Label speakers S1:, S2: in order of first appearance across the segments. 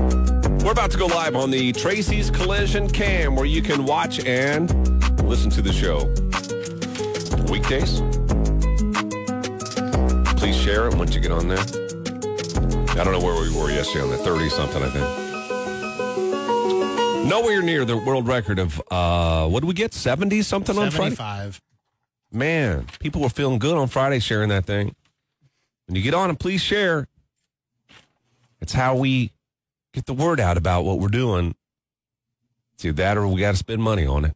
S1: We're about to go live on the Tracy's Collision Cam where you can watch and listen to the show. Weekdays. Please share it once you get on there. I don't know where we were yesterday on the 30 something, I think. Nowhere near the world record of, uh, what did we get? 70 something on Friday?
S2: 75.
S1: Man, people were feeling good on Friday sharing that thing. When you get on and please share. It's how we get the word out about what we're doing. It's either that or we got to spend money on it.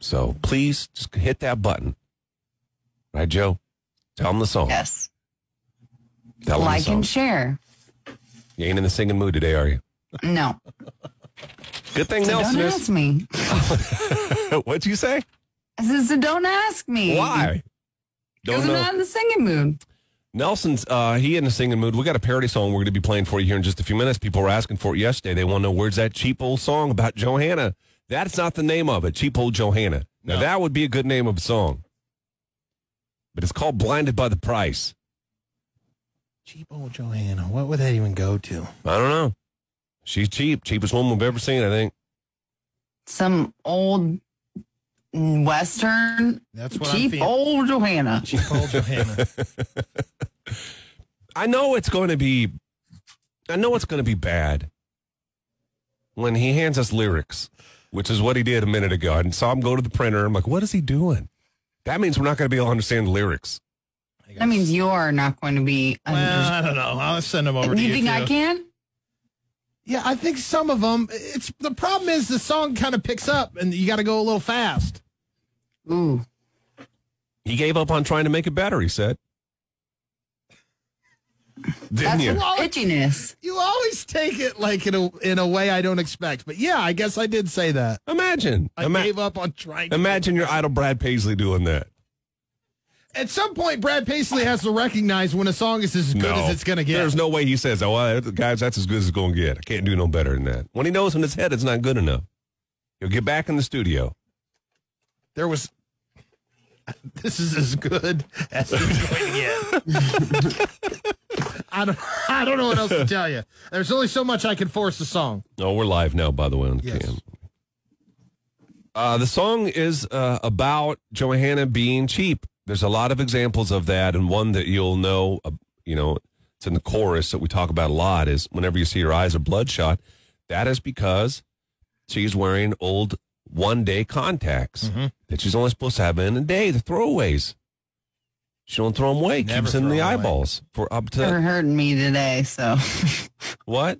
S1: So please just hit that button. Right, Joe? Tell them the song.
S3: Yes.
S1: Tell 'em
S3: Like
S1: the
S3: and
S1: song.
S3: share.
S1: You ain't in the singing mood today, are you?
S3: No.
S1: Good thing
S3: So
S1: Nelson
S3: don't ask
S1: is.
S3: me.
S1: What'd you say?
S3: I said, so don't ask me.
S1: Why?
S3: Because
S1: Don't
S3: I'm
S1: know.
S3: not in the singing mood.
S1: Nelson's uh, he in a singing mood. We got a parody song we're going to be playing for you here in just a few minutes. People were asking for it yesterday. They want to know where's that cheap old song about Johanna. That's not the name of it. Cheap old Johanna. Now
S2: No.
S1: that would be a good name of a song, but it's called "Blinded by the Price."
S2: Cheap old Johanna. What would that even go to?
S1: I don't know. She's cheap, cheapest woman we've ever seen. I think.
S3: Some old Western
S2: That's what I'm
S3: cheap
S2: feeling.
S3: old Johanna.
S2: Cheap old Johanna.
S1: I know it's going to be. I know it's going to be bad when he hands us lyrics, which is what he did a minute ago. I saw him go to the printer. I'm like, what is he doing? That means we're not going to be able to understand the lyrics.
S3: That means you're not going to be.
S2: Well, I don't know. I'll send them over
S3: do
S2: to
S3: you,
S2: you.
S3: think I
S2: too.
S3: can?
S2: Yeah, I think some of them. It's the problem is the song kind of picks up, and you got to go a little fast.
S3: Ooh.
S1: He gave up on trying to make it better. He said, "Didn't
S3: That's
S1: you?"
S3: a little itchiness.
S2: You always take it like in a in a way I don't expect. But yeah, I guess I did say that.
S1: Imagine,
S2: I
S1: ima-
S2: gave up on trying. to-
S1: imagine your idol Brad Paisley doing that.
S2: At some point, Brad Paisley has to recognize when a song is as good as it's going to get.
S1: There's no way he says, "Oh, well, guys, that's as good as it's going to get. I can't do no better than that." When he knows in his head it's not good enough, he'll get back in the studio.
S2: there was. This is as good as it's going to get. I don't. I don't know what else to tell you. There's only so much I can force the song.
S1: Oh, we're live now, by the way, on
S2: Yes.
S1: cam. Uh, the song is uh, about Johanna being cheap. There's a lot of examples of that, and one that you'll know, uh, you know, it's in the chorus that we talk about a lot is whenever you see her eyes are bloodshot, that is because she's wearing old one day contacts
S2: Mhm.
S1: that she's only supposed to have in a day, the throwaways. She don't throw them away,
S2: Never
S1: keeps in
S2: throw
S1: the
S2: 'em away.
S1: eyeballs for up to
S3: They're hurting me today. So
S1: what?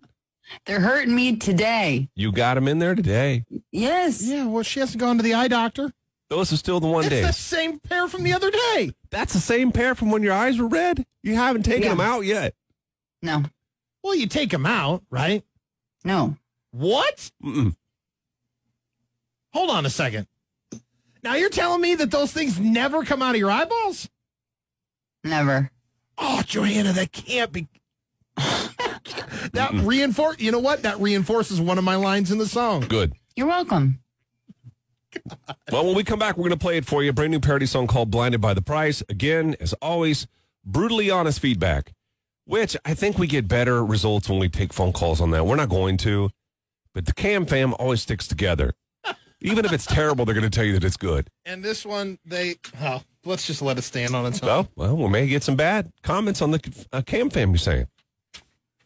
S3: they're hurting me today.
S1: You got them in there today.
S3: Yes.
S2: Yeah. Well, she hasn't gone to the eye doctor.
S1: Those are still the one
S2: it's
S1: days.
S2: the same pair from the other day.
S1: That's the same pair from when your eyes were red. You haven't taken
S3: Yeah.
S1: them out yet.
S3: No.
S2: Well, you take them out, right?
S3: No.
S2: What?
S1: Mm-mm.
S2: Hold on a second. Now you're telling me that those things never come out of your eyeballs?
S3: Never.
S2: Oh, Joanna, that can't be. that reinforce. You know what? That reinforces one of my lines in the song.
S1: Good.
S3: You're welcome.
S1: Well, when we come back, we're going to play it for you. A brand new parody song called Blinded by the Price. Again, as always, brutally honest feedback, which I think we get better results when we take phone calls on that. We're not going to, but the Cam fam always sticks together. Even if it's terrible, they're going to tell you that it's good.
S2: And this one, they. Oh, let's just let it stand on its own.
S1: Well, well, we may get some bad comments on the uh, Cam fam, you're saying. Is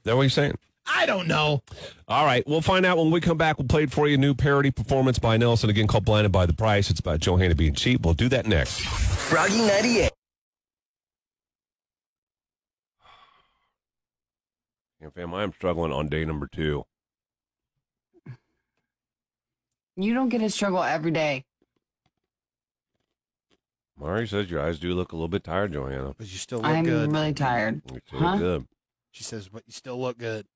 S1: that what you're saying?
S2: I don't know.
S1: All right, we'll find out when we come back. We'll play it for you. A new parody performance by Nelson, again called Blinded by the Price. It's about Johanna being cheap. We'll do that next.
S4: Froggy 98.
S1: Yeah, fam, I am struggling on day number two.
S3: You don't get to struggle every day.
S1: Mari says your eyes do look a little bit tired, Johanna.
S2: But you still
S3: I'm really tired.
S1: You still
S3: Huh?
S1: look good.
S2: she says, but you still look good.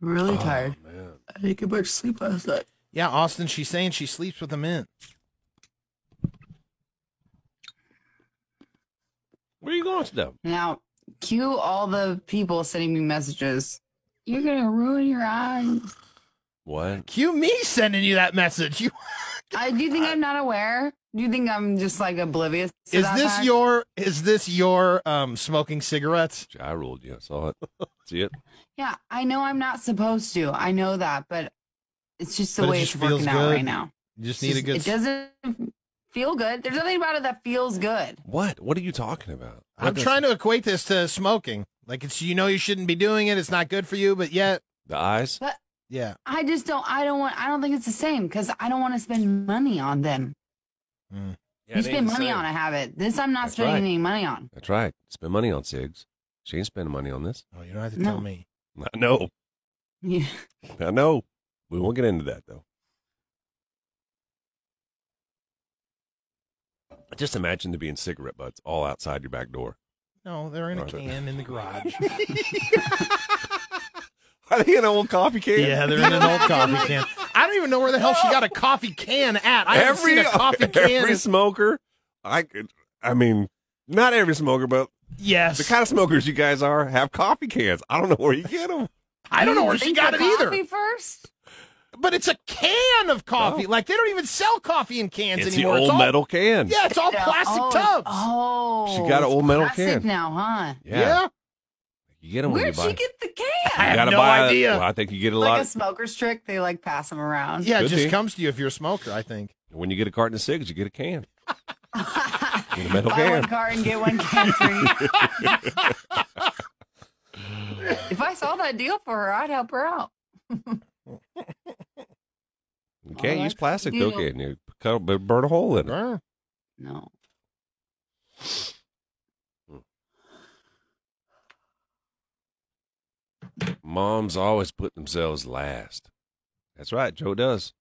S3: Really
S2: Uh,
S3: tired.
S1: Oh, man.
S3: I didn't get much sleep last night.
S2: Yeah, Austin, she's saying she sleeps with a mint.
S1: Where you going, Steph?
S3: Now, cue all the people sending me messages. You're gonna ruin your eyes.
S1: What?
S2: Cue me sending you that message. You
S3: I do you think I'm not aware Do you think I'm just like oblivious? to
S2: Is
S3: that
S2: this
S3: fact?
S2: your is this your um smoking cigarettes?
S1: I ruled you. I saw it. See it?
S3: Yeah, I know I'm not supposed to. I know that, but it's just the
S2: But it
S3: way
S2: just
S3: it's
S2: feels
S3: working out
S2: good.
S3: right now.
S2: You just
S3: It's
S2: need a
S3: just-
S2: good.
S3: It doesn't feel good. There's nothing about it that feels good.
S1: What? What are you talking about?
S2: I'm trying to equate this to smoking. Like it's you know you shouldn't be doing it. It's not good for you, but yet
S1: The eyes?
S2: yeah.
S3: I just don't. I don't want. I don't think it's the same because I don't want to spend money on them. you spend money on a habit. This I'm not
S1: That's
S3: spending
S1: right.
S3: any money on.
S1: That's right. Spend money on cigs. She ain't spending money on this.
S2: Oh, you don't have to
S3: No.
S2: tell me.
S1: I know.
S3: Yeah.
S1: I know. We won't get into that though. Just imagine there being cigarette butts all outside your back door.
S2: No, they're in a
S1: Right.
S2: can in the garage.
S1: Are they an old coffee can?
S2: yeah, they're in an old coffee can. I don't even know where the hell she got a coffee can at. I haven't seen a coffee can.
S1: every smoker. I could- I mean, not every smoker, but
S2: yes,
S1: the kind of smokers you guys are have coffee cans. I don't know where you get them.
S2: I don't know
S3: You
S2: where she
S3: drink
S2: got
S3: the
S2: it either.
S3: coffee First,
S2: But it's a can of coffee. Like they don't even sell coffee in cans
S1: Oh. It's the
S2: anymore.
S1: old
S2: it's all,
S1: metal can.
S2: Yeah, it's all
S3: Yeah.
S2: plastic
S3: oh,
S2: tubs.
S3: Oh,
S1: She got an
S3: it's
S1: old metal
S3: plastic
S1: can.
S3: now, huh?
S1: Yeah.
S2: yeah.
S1: you get them when you
S3: Where'd
S1: buy.
S3: she get the can?
S2: I
S1: you
S2: have
S1: gotta
S2: no
S1: buy-
S2: idea.
S1: well, I think you get a
S3: Like
S1: lot
S3: a smoker's trick, they like pass them around.
S2: Yeah, it
S1: Could
S2: just
S1: be.
S2: comes to you if you're a smoker, I think.
S1: when you get a carton of cigs. You get a can.
S3: Buy
S1: Get a metal
S3: one
S1: can.
S3: carton, get one can free. if I saw that deal for her, I'd help her out.
S1: You can't
S3: All
S1: use
S3: I
S1: plastic
S3: can
S1: though,
S3: do-
S1: can you? Cut, but burn a hole in it.
S2: Uh,
S3: No.
S1: Moms always put themselves last. That's right, Joe does.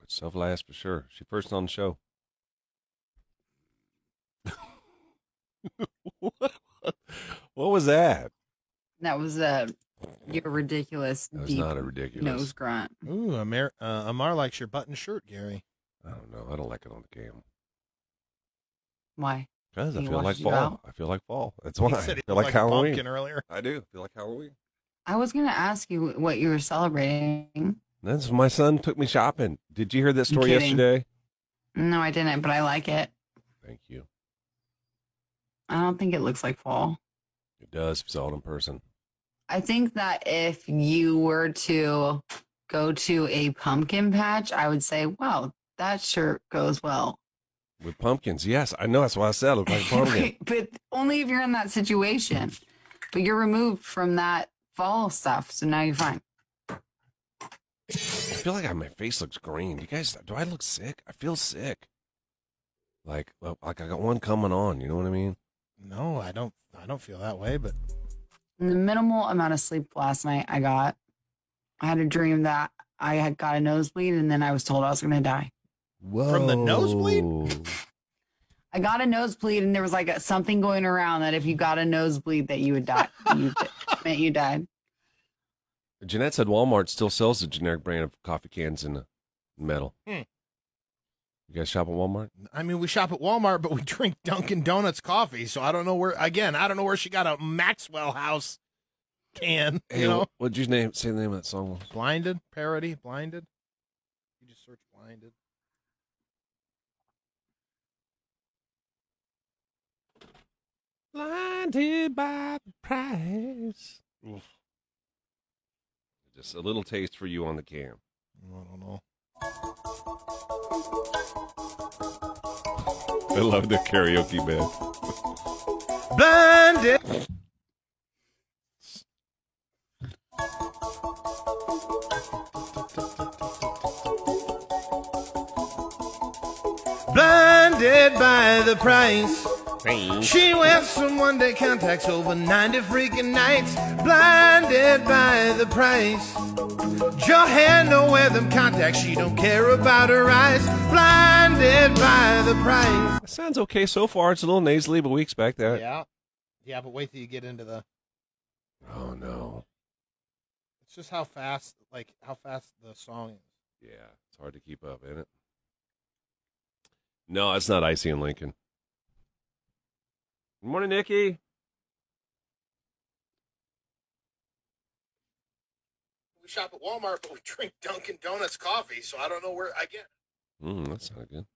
S1: Put self last for sure. She first on the show. what was that?
S3: That was a you're ridiculous
S1: That was
S3: deep
S1: not a
S3: nose
S1: ridiculous.
S3: grunt.
S2: Ooh, Amar, uh, Amar likes your button shirt, Gary.
S1: I don't know. I don't like it on the cam.
S3: Why?
S1: Because I
S3: He
S1: feel like
S3: washes you
S1: fall.
S3: out?
S1: I feel like fall. That's why.
S2: He
S1: I
S2: said
S1: feel
S2: it
S1: like,
S2: looked a
S1: Halloween.
S2: pumpkin earlier.
S1: I do. feel like Halloween.
S3: I was gonna ask you what you were celebrating.
S1: That's my son took me shopping. Did you hear that
S3: I'm
S1: story
S3: kidding.
S1: yesterday?
S3: No, I didn't, but I like it.
S1: Thank you.
S3: I don't think it looks like fall.
S1: It does. If you saw it in person.
S3: I think that if you were to go to a pumpkin patch, I would say, "Wow, that shirt goes well."
S1: With pumpkins, yes, I know. That's why I said it looked like a pumpkin.
S3: but only if you're in that situation. But you're removed from that fall stuff, so now you're fine.
S1: I feel like I, my face looks green. You guys, do I look sick? I feel sick. Like, well, like I got one coming on. You know what I mean?
S2: No, I don't. I don't feel that way. But
S3: the minimal amount of sleep last night I got, I had a dream that I had got a nosebleed and then I was told I was going to die.
S1: Whoa.
S2: the nosebleed?
S3: I got a nosebleed and there was like a, something going around that if you got a nosebleed that you would die. you, it meant you died.
S1: Jeanette said Walmart still sells the generic brand of coffee cans in uh, metal.
S2: Hmm.
S1: You guys shop at Walmart?
S2: I mean, we shop at Walmart, but we drink Dunkin' Donuts coffee. So I don't know where. Again, I don't know where she got a Maxwell House can.
S1: Hey,
S2: you know,
S1: wh- what'd you name? Say the name of that song. was?
S2: blinded parody, blinded. You just search blinded.
S1: Blinded by the prize. Just a little taste for you on the cam.
S2: I don't know.
S1: I love the karaoke band.
S2: Blinded. Blinded by the price. She wears some one day contacts over 90 freaking nights. Blinded by the price. Johanna wear them contacts. She don't care about her eyes. Blinded by the price.
S1: That sounds okay so far. It's a little nasally, but we expect that.
S2: Yeah. Yeah, but wait till you get into the.
S1: Oh no.
S2: It's just how fast, like, how fast the song is.
S1: Yeah, it's hard to keep up, isn't it? No, it's not icy in Lincoln. Good morning, Nikki.
S4: shop at Walmart, but we drink Dunkin' Donuts coffee, so I don't know where I get. it.
S1: Mm, that's not good.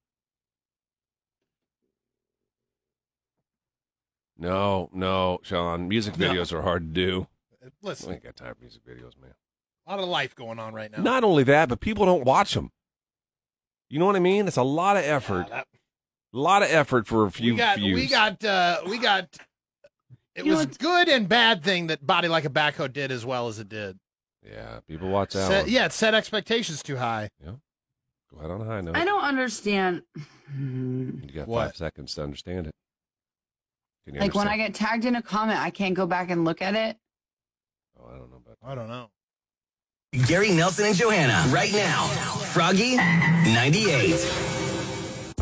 S1: No, no, Sean. Music
S2: No.
S1: videos are hard to do. We
S2: Uh, Listen,
S1: ain't got time for music videos, man.
S2: a lot of life going on right now.
S1: Not only that, but people don't watch them. You know what I mean? It's a lot of effort.
S2: Yeah, that-
S1: A lot of effort for a few
S2: we got,
S1: views.
S2: we got, uh, we got. It
S3: You know
S2: was
S3: what's-
S2: good and bad thing that Body Like a Backhoe did as well as it did.
S1: yeah, people watch that.
S2: Set,
S1: one.
S2: yeah, it set expectations too high.
S1: Go ahead on a high note.
S3: I don't understand. Hmm.
S1: You got
S2: What?
S1: five seconds to understand it. Can you
S3: Like when I
S1: understand?
S3: get tagged in a comment, I can't go back and look at it.
S1: oh, I don't know about
S2: I don't know.
S5: Gary Nelson and Johanna, right now. Froggy 98.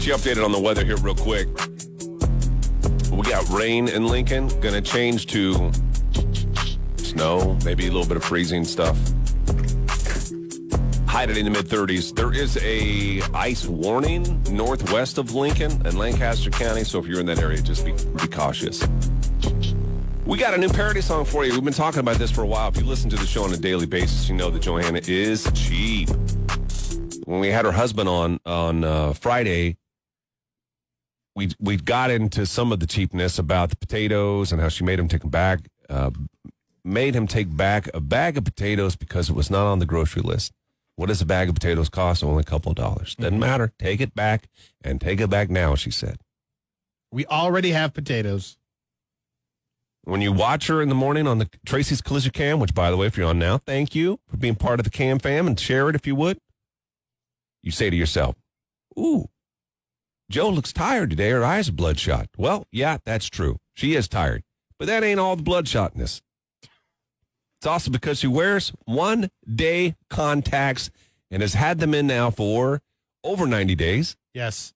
S1: She updated on the weather here real quick. We got rain in Lincoln. Gonna change to snow, maybe a little bit of freezing stuff. High today in the mid 30s. There is a ice warning northwest of Lincoln and Lancaster County, so if you're in that area, just be, be cautious. We got a new parody song for you. We've been talking about this for a while. If you listen to the show on a daily basis, you know that Joanna is cheap. When we had her husband on on uh, Friday, we we got into some of the cheapness about the potatoes and how she made him take them back, uh, made him take back a bag of potatoes because it was not on the grocery list. What does a bag of potatoes cost? Only a couple of dollars. Doesn't matter. Take it back and take it back now. She said.
S2: We already have potatoes.
S1: When you watch her in the morning on the Tracy's Collision Cam, which by the way, if you're on now, thank you for being part of the Cam fam and share it if you would. You say to yourself, Ooh, Joe looks tired today. Her eyes are bloodshot. Well, yeah, that's true. She is tired. But that ain't all the bloodshotness. It's also because she wears one day contacts and has had them in now for over 90 days.
S2: Yes.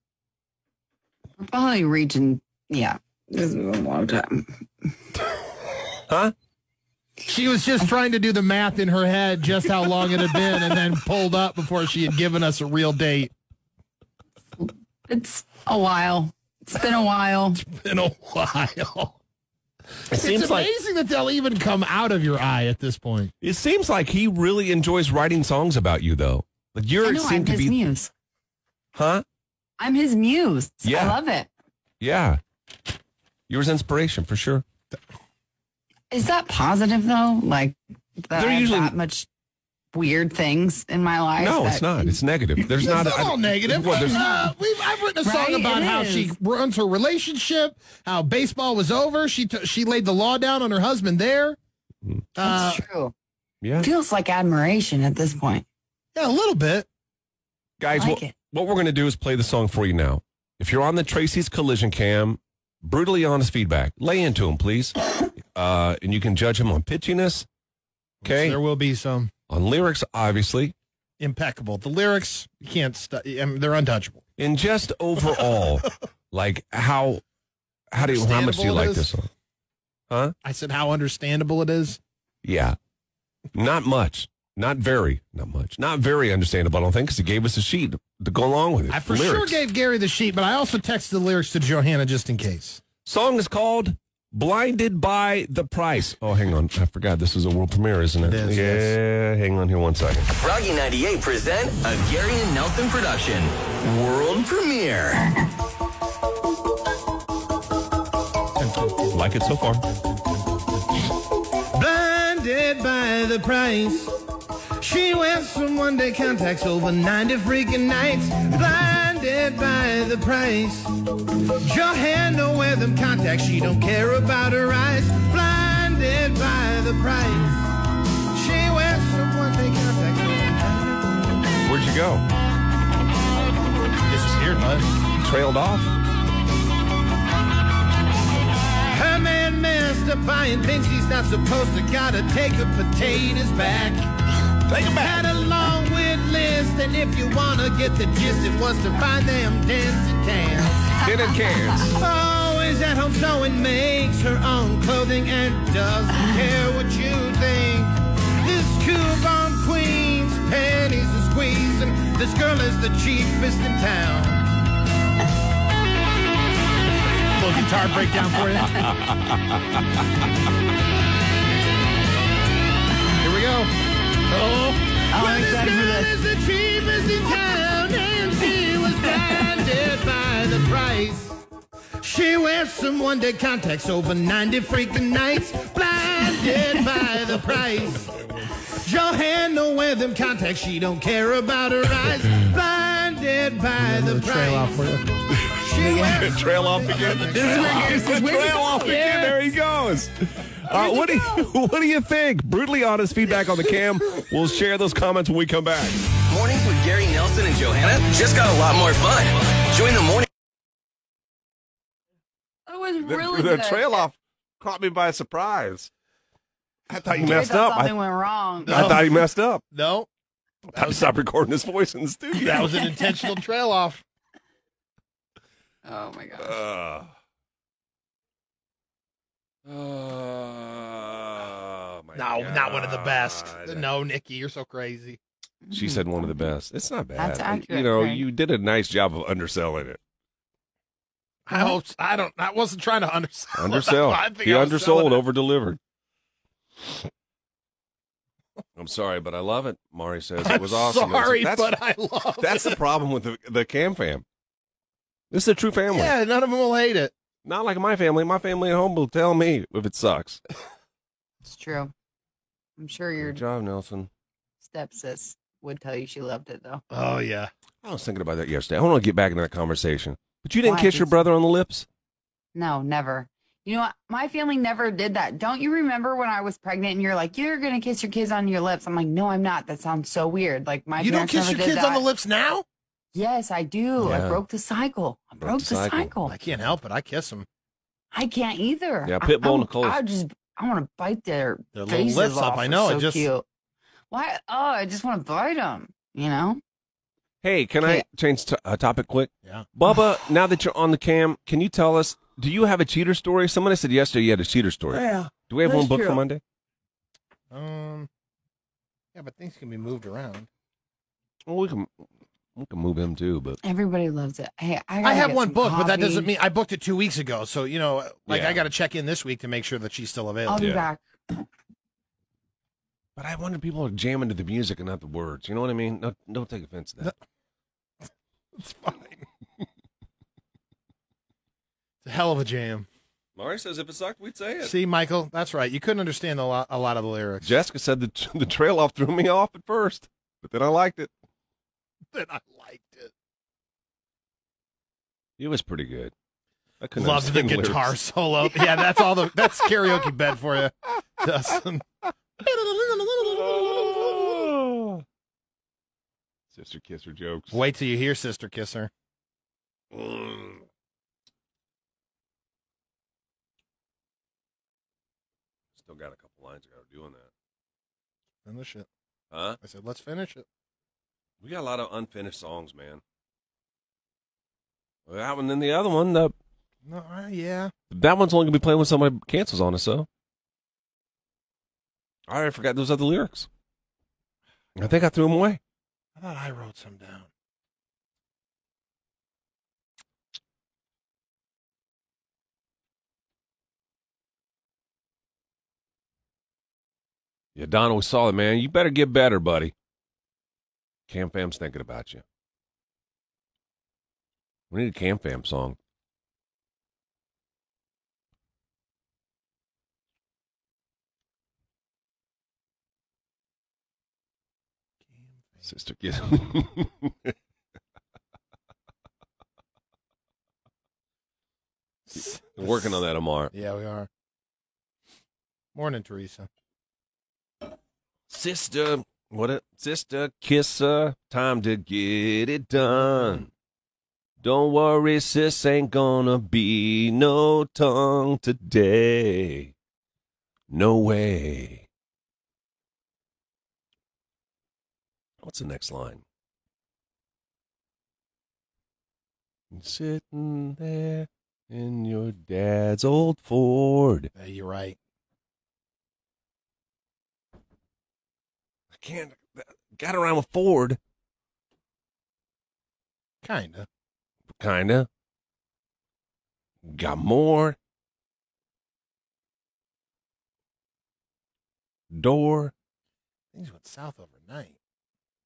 S3: We're probably reaching. Yeah, this is a long time.
S2: She was just trying to do the math in her head, just how long it had been, and then pulled up before she had given us a real date.
S3: It's a while. It's been a while.
S2: Been a while.
S1: It
S2: it's amazing that they'll even come out of your eye at this point.
S1: It seems like he really enjoys writing songs about you, though. Like
S3: I
S1: you're
S3: know I'm
S1: seem to
S3: his
S1: be,
S3: muse.
S1: huh?
S3: I'm his muse.
S1: Yeah.
S3: I love it.
S1: Yeah, you was inspiration for sure.
S3: Is that positive though? Like that
S1: They're
S3: I have
S1: usually-
S3: that much weird things in my life.
S1: no,
S3: that-
S1: it's not. It's negative. There's
S2: It's
S1: not.
S2: not,
S1: a- I-
S2: all negative.
S1: Well, there's,
S2: uh, we've, I've written a song
S3: Right?
S2: about
S3: It
S2: how
S3: is.
S2: she runs her relationship, how baseball was over. She took she laid the law down on her husband there. Uh,
S1: Hmm.
S3: That's true.
S1: yeah,
S3: It feels like admiration at this point.
S2: yeah, a little bit.
S1: guys.
S3: I like
S1: what,
S3: it.
S1: what we're gonna do is play the song for you now. If you're on the Tracy's Collision Cam, brutally honest feedback. Lay into him, please, uh, and you can judge him on pitchiness. Okay,
S2: there will be some
S1: on lyrics, obviously,
S2: impeccable. The lyrics you can't. Stu- I mean, they're untouchable.
S1: and just overall, like how how do you how much do you
S2: Understandable it
S1: like
S2: is.
S1: this song?
S2: I said how understandable it is.
S1: Yeah. Not much. Not very. Not much. Not very understandable, I don't think, because he gave us a sheet to go along with it.
S2: I for sure
S1: Lyrics.
S2: gave Gary the sheet, but I also texted the lyrics to Johanna just in case.
S1: Song is called Blinded by the Price. Oh, hang on. I forgot this is a world premiere, isn't it?
S2: It is,
S1: yeah. Hang on here one second.
S5: Froggy 98 present a Gary and Nelson production. World premiere.
S1: Like it so far.
S2: Blinded by the price. She wears some one day contacts over 90 freaking nights. Blinded by the price. Johanna wear them contacts. She don't care about her eyes. Blinded by the price. She wears some one day contacts.
S1: Where'd you go?
S2: This is here, bud.
S1: Trailed off?
S2: Her man master buying things he's not supposed to. Gotta take her potatoes back. Take them back. Had a long weird list, and if you wanna get the gist, it was to find them dance to dance.
S1: In a cans.
S2: Always at home sewing, makes her own clothing and doesn't care what you think. This coupon queen's panties are squeezing. This girl is the cheapest in town. little guitar breakdown for you. Here we go. Oh.
S5: I'm excited for that.
S2: the cheapest in town, and she was blinded by the price. She wears someone that contacts over 90 freaking nights, blinded by the price. Johanna wear them contacts, she don't care about her eyes, blinded by the price. She wears
S1: Trail off again. This is trail off again. There he goes. Uh, what do you what do you think? Brutally honest feedback on the cam. We'll share those comments when we come back.
S5: Mornings with Gary Nelson and Johanna just got a lot more fun. Join the morning.
S3: That was
S1: The-
S3: really
S1: the,
S3: good.
S1: trail off caught me by surprise. I thought you
S3: I
S1: messed
S3: thought
S1: up. I,
S3: Something went wrong.
S1: I thought you messed up.
S2: No,
S1: Time to stop recording this voice in the studio.
S2: that was an intentional trail off.
S3: Oh my god.
S1: Uh, oh my
S2: No, not one of the best.
S1: God.
S2: No, Nikki, you're so crazy.
S1: She said one of the best. It's not bad.
S3: That's
S1: You
S3: accurate,
S1: know,
S3: Craig.
S1: you did a nice job of underselling it.
S2: I hope I don't. I wasn't trying to undersell.
S1: Undersell.
S2: I think
S1: he
S2: I was selling
S1: undersold,
S2: it.
S1: over delivered. I'm sorry, but I love it. Mari says it was
S2: I'm
S1: awesome. It's-
S2: Sorry,
S1: that's,
S2: but I love
S1: that's
S2: it.
S1: the problem with the, the cam fam. This is a true family.
S2: yeah. None of them will hate it.
S1: Not like my family. My family at home will tell me if it sucks.
S3: It's true. I'm sure your
S1: Good job, Nelson.
S3: stepsis would tell you she loved it though.
S2: Oh yeah.
S1: I was thinking about that yesterday. I want to get back into that conversation. But you didn't
S3: Why?
S1: kiss your
S3: Because-
S1: brother on the lips?
S3: No, never. You know what? My family never did that. Don't you remember when I was pregnant and you're like, you're going to kiss your kids on your lips? I'm like, no, I'm not. That sounds so weird. Like, my
S2: you don't
S3: parents
S2: kiss
S3: never
S2: your
S3: did
S2: kids
S3: that.
S2: on the lips now.
S3: Yes, I do.
S1: Yeah.
S3: I broke the cycle. I broke, the cycle.
S2: I can't help it. I kiss them.
S3: I can't either.
S1: Yeah,
S3: I-
S1: Pitbull
S3: I'm-
S1: Nicole's-
S3: I just, I want to bite their,
S2: Their little
S3: faces
S2: lips up.
S3: off.
S2: I
S3: It's
S2: know.
S3: So
S2: it just.
S3: cute. Why? Oh, I just want to bite them. You know?
S1: Hey, can I
S3: Yeah.
S1: change to- uh, topic quick?
S2: Yeah.
S1: Bubba, now that you're on the cam, can you tell us, do you have a cheater story? Somebody said yesterday you had a cheater story.
S3: Yeah.
S1: Do we have
S3: that's
S1: one booked for
S3: true.
S1: Monday?
S2: Um. Yeah, but things can be moved around.
S1: Well, we can we can move him too, but
S3: Everybody loves it. Hey, I,
S2: I
S3: gotta
S2: have
S3: get
S2: one
S3: some
S2: book, but that doesn't
S3: coffee.
S2: mean I booked it two weeks ago. So you know, like
S1: Yeah.
S2: I got to check in this week to make sure that she's still
S3: I'll
S2: available.
S3: be
S1: Yeah.
S3: back.
S1: but I wonder if people are jamming to the music and not the words. You know what I mean? No, don't take offense to that.
S2: It's fine. it's a hell of a jam.
S1: Mari says if it sucked, we'd say
S2: See, Michael, that's right. You couldn't understand a lot, a lot of the lyrics.
S1: Jessica said the the trail off threw me off at first, but then I liked it.
S2: That I liked it.
S1: It was pretty good. I couldn't
S2: Loved the
S1: understand lyrics.
S2: guitar solo. Yeah, that's all the that's karaoke bed for you, Dustin.
S1: Sister kisser jokes.
S2: Wait till you hear Sister Kisser.
S1: Still got a couple lines I gotta do on that.
S2: Finish it.
S1: Huh?
S2: I said, let's finish it.
S1: We got a lot of unfinished songs, man. Well, that one, then the other one, the
S2: No, uh, yeah.
S1: that one's only gonna be playing when somebody cancels on us, so. I already forgot those other lyrics. I think I threw them away.
S2: I thought I wrote some down.
S1: Yeah, Don, we saw it, man. You better get better, buddy. Cam Fam's thinking about you. We need a Cam Fam song. Sister Kiss. Working on that, Amar.
S2: Yeah, we are. Morning, Teresa.
S1: Sister, what a sister kisser. Time to get it done. Don't worry, sis ain't gonna be no tongue today. No way. What's the next line? Sitting there in your dad's old Ford.
S2: Yeah, you're right.
S1: I can't. Got around with Ford.
S2: Kinda.
S1: Kinda. got more. Door.
S2: Things went south overnight.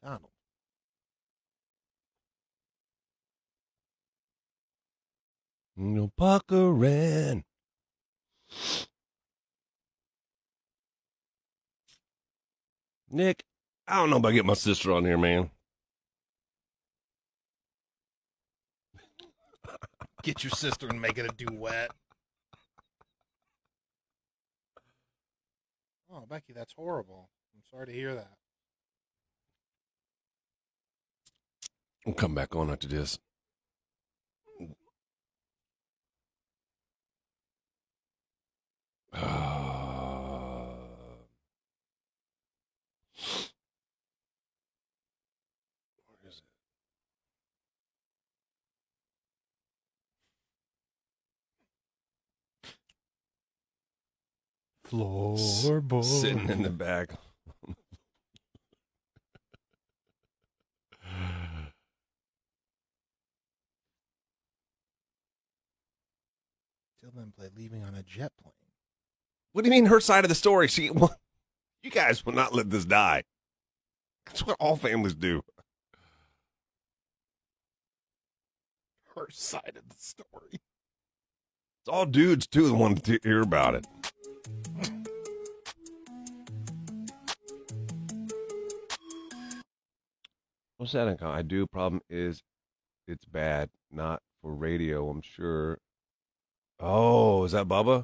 S2: Donald.
S1: No puckering. Nick, I don't know about getting my sister on here, man.
S2: Get your sister and make it a duet. Oh, Becky, that's horrible. I'm sorry to hear that.
S1: We'll come back on after this. Uh, where is it?
S2: Floorboard.
S1: Sitting in the back.
S2: Till then, play leaving on a jet plane.
S1: What do you mean her side of the story? She, well, you guys will not let this die. That's what all families do.
S2: Her side of the story.
S1: It's all dudes too that want to hear about it. What's that icon? I do. Problem is, it's bad. Not for radio, I'm sure. Oh, is that Bubba?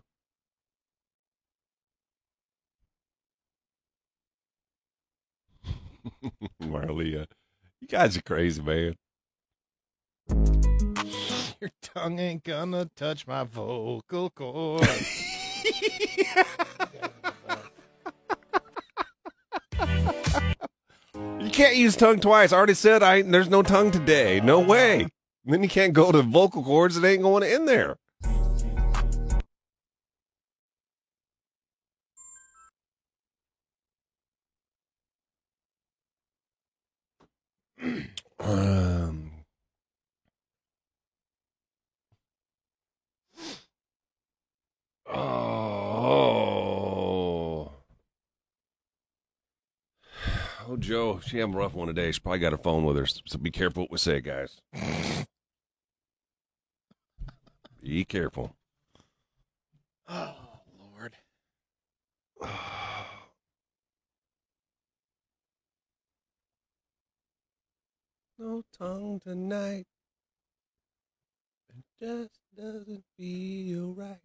S1: Marlia, you guys are crazy, man.
S2: Your tongue ain't gonna touch my vocal cord.
S1: You can't use tongue twice. I already said I there's no tongue today. No way. Then you can't go to vocal cords that ain't going in there. um. Oh. Oh, Joe, she having a rough one today. She probably got her phone with her, so be careful what we say, guys. be careful.
S2: oh, Lord.
S1: no tongue tonight. It just doesn't feel right.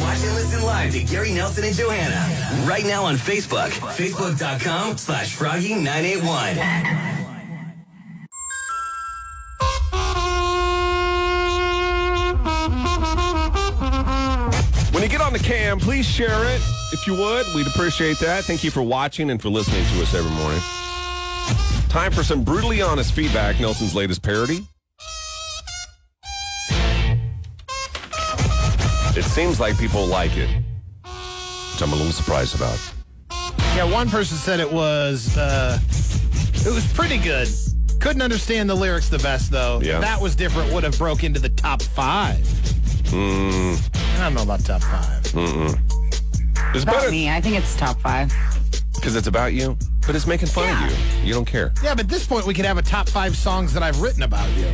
S5: Watch and listen live to Gary Nelson and Johanna right now on Facebook. Facebook.com slash Froggy981.
S1: When you get on the cam, please share it if you would. We'd appreciate that. Thank you for watching and for listening to us every morning. Time for some brutally honest feedback. Nelson's latest parody. It seems like people like it, which I'm a little surprised about.
S2: Yeah, one person said it was uh it was pretty good. Couldn't understand the lyrics the best though.
S1: Yeah.
S2: If that was different, would have broke into the top five. I don't know about top five.
S1: It's
S3: About
S1: better
S3: me, I think it's top five.
S1: because it's about you, but it's making fun of you. You don't care.
S2: Yeah, but at this point we could have a top five songs that I've written about you.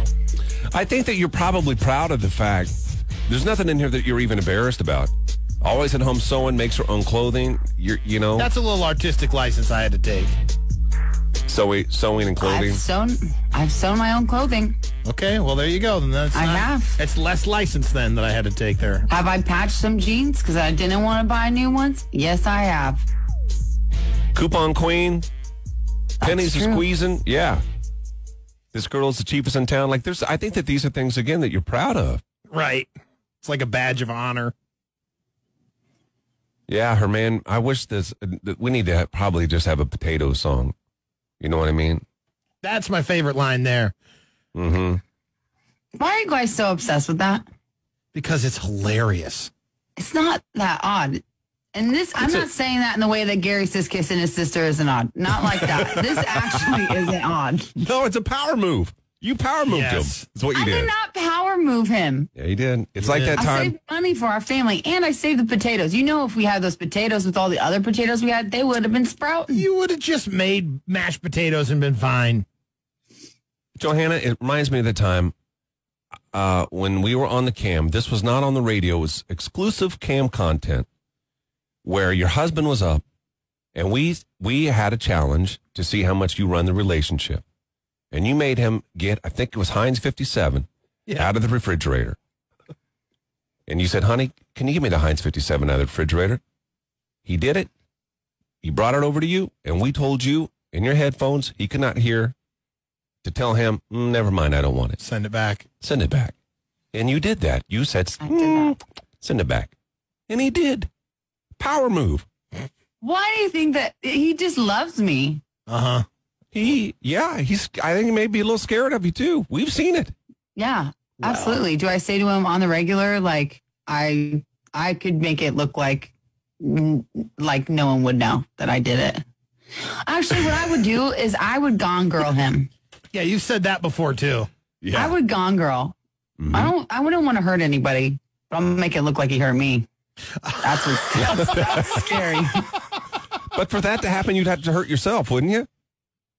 S1: I think that you're probably proud of the fact there's nothing in here that you're even embarrassed about. Always at home sewing, makes her own clothing. You're, you know,
S2: That's a little artistic license I had to take.
S1: sewing, sewing and clothing.
S3: I've sewn, I've sewn my own clothing.
S2: Okay, well there you go. Then that's
S3: I
S2: not-
S3: have.
S2: It's less license then that I had to take there.
S3: Have I patched some jeans because I didn't want to buy new ones? Yes, I have.
S1: Coupon queen. Pennies are
S3: true.
S1: squeezing. Yeah. This girl's the cheapest in town. Like, there's, I think that these are things, again, that you're proud of.
S2: Right. It's like a badge of honor.
S1: Yeah, her man. I wish this, we need to have, probably just have a potato song. You know what I mean?
S2: That's my favorite line there.
S1: Mm hmm.
S3: Why are you guys so obsessed with that?
S2: because it's hilarious.
S3: It's not that odd. And this, I'm not saying that in the way that Gary says kissing his sister isn't odd. Not like that. this actually isn't odd.
S1: No, it's a power move. You power moved
S2: Yes.
S1: him. That's what you
S3: I
S1: did.
S3: did not power move him.
S1: yeah, you did. It's like
S2: did.
S1: that
S3: I
S1: time.
S3: saved money for our family and I saved the potatoes. You know, if we had those potatoes with all the other potatoes we had, they would have been sprouting.
S2: You would have just made mashed potatoes and been fine.
S1: Johanna, it reminds me of the time uh, when we were on the cam. This was not on the radio, it was exclusive cam content where your husband was up and we we had a challenge to see how much you run the relationship. And you made him get, I think it was Heinz 57,
S2: Yeah.
S1: out of the refrigerator. And you said, honey, can you give me the Heinz 57 out of the refrigerator? He did it. He brought it over to you, and we told you in your headphones he could not hear to tell him, "Mm, never mind, I don't want it.
S2: Send it back.
S1: Send it back. And you did that. You said,
S3: I did that.
S1: "Mm, send it back. And he did. Power move.
S3: Why do you think that he just loves me?
S2: Uh huh.
S1: He, yeah, he's, I think he may be a little scared of you too. We've seen it.
S3: Yeah, absolutely. Do I say to him on the regular, like, I, I could make it look like, mm, like no one would know that I did it. Actually, what I would do is I would gone girl him.
S2: Yeah, you've said that before too.
S1: Yeah.
S3: I would gone girl.
S1: Mm-hmm.
S3: I don't. I wouldn't want to hurt anybody, but I'm gonna make it look like he hurt me. That's what's that's, that's scary.
S1: But for that to happen, you'd have to hurt yourself, wouldn't you?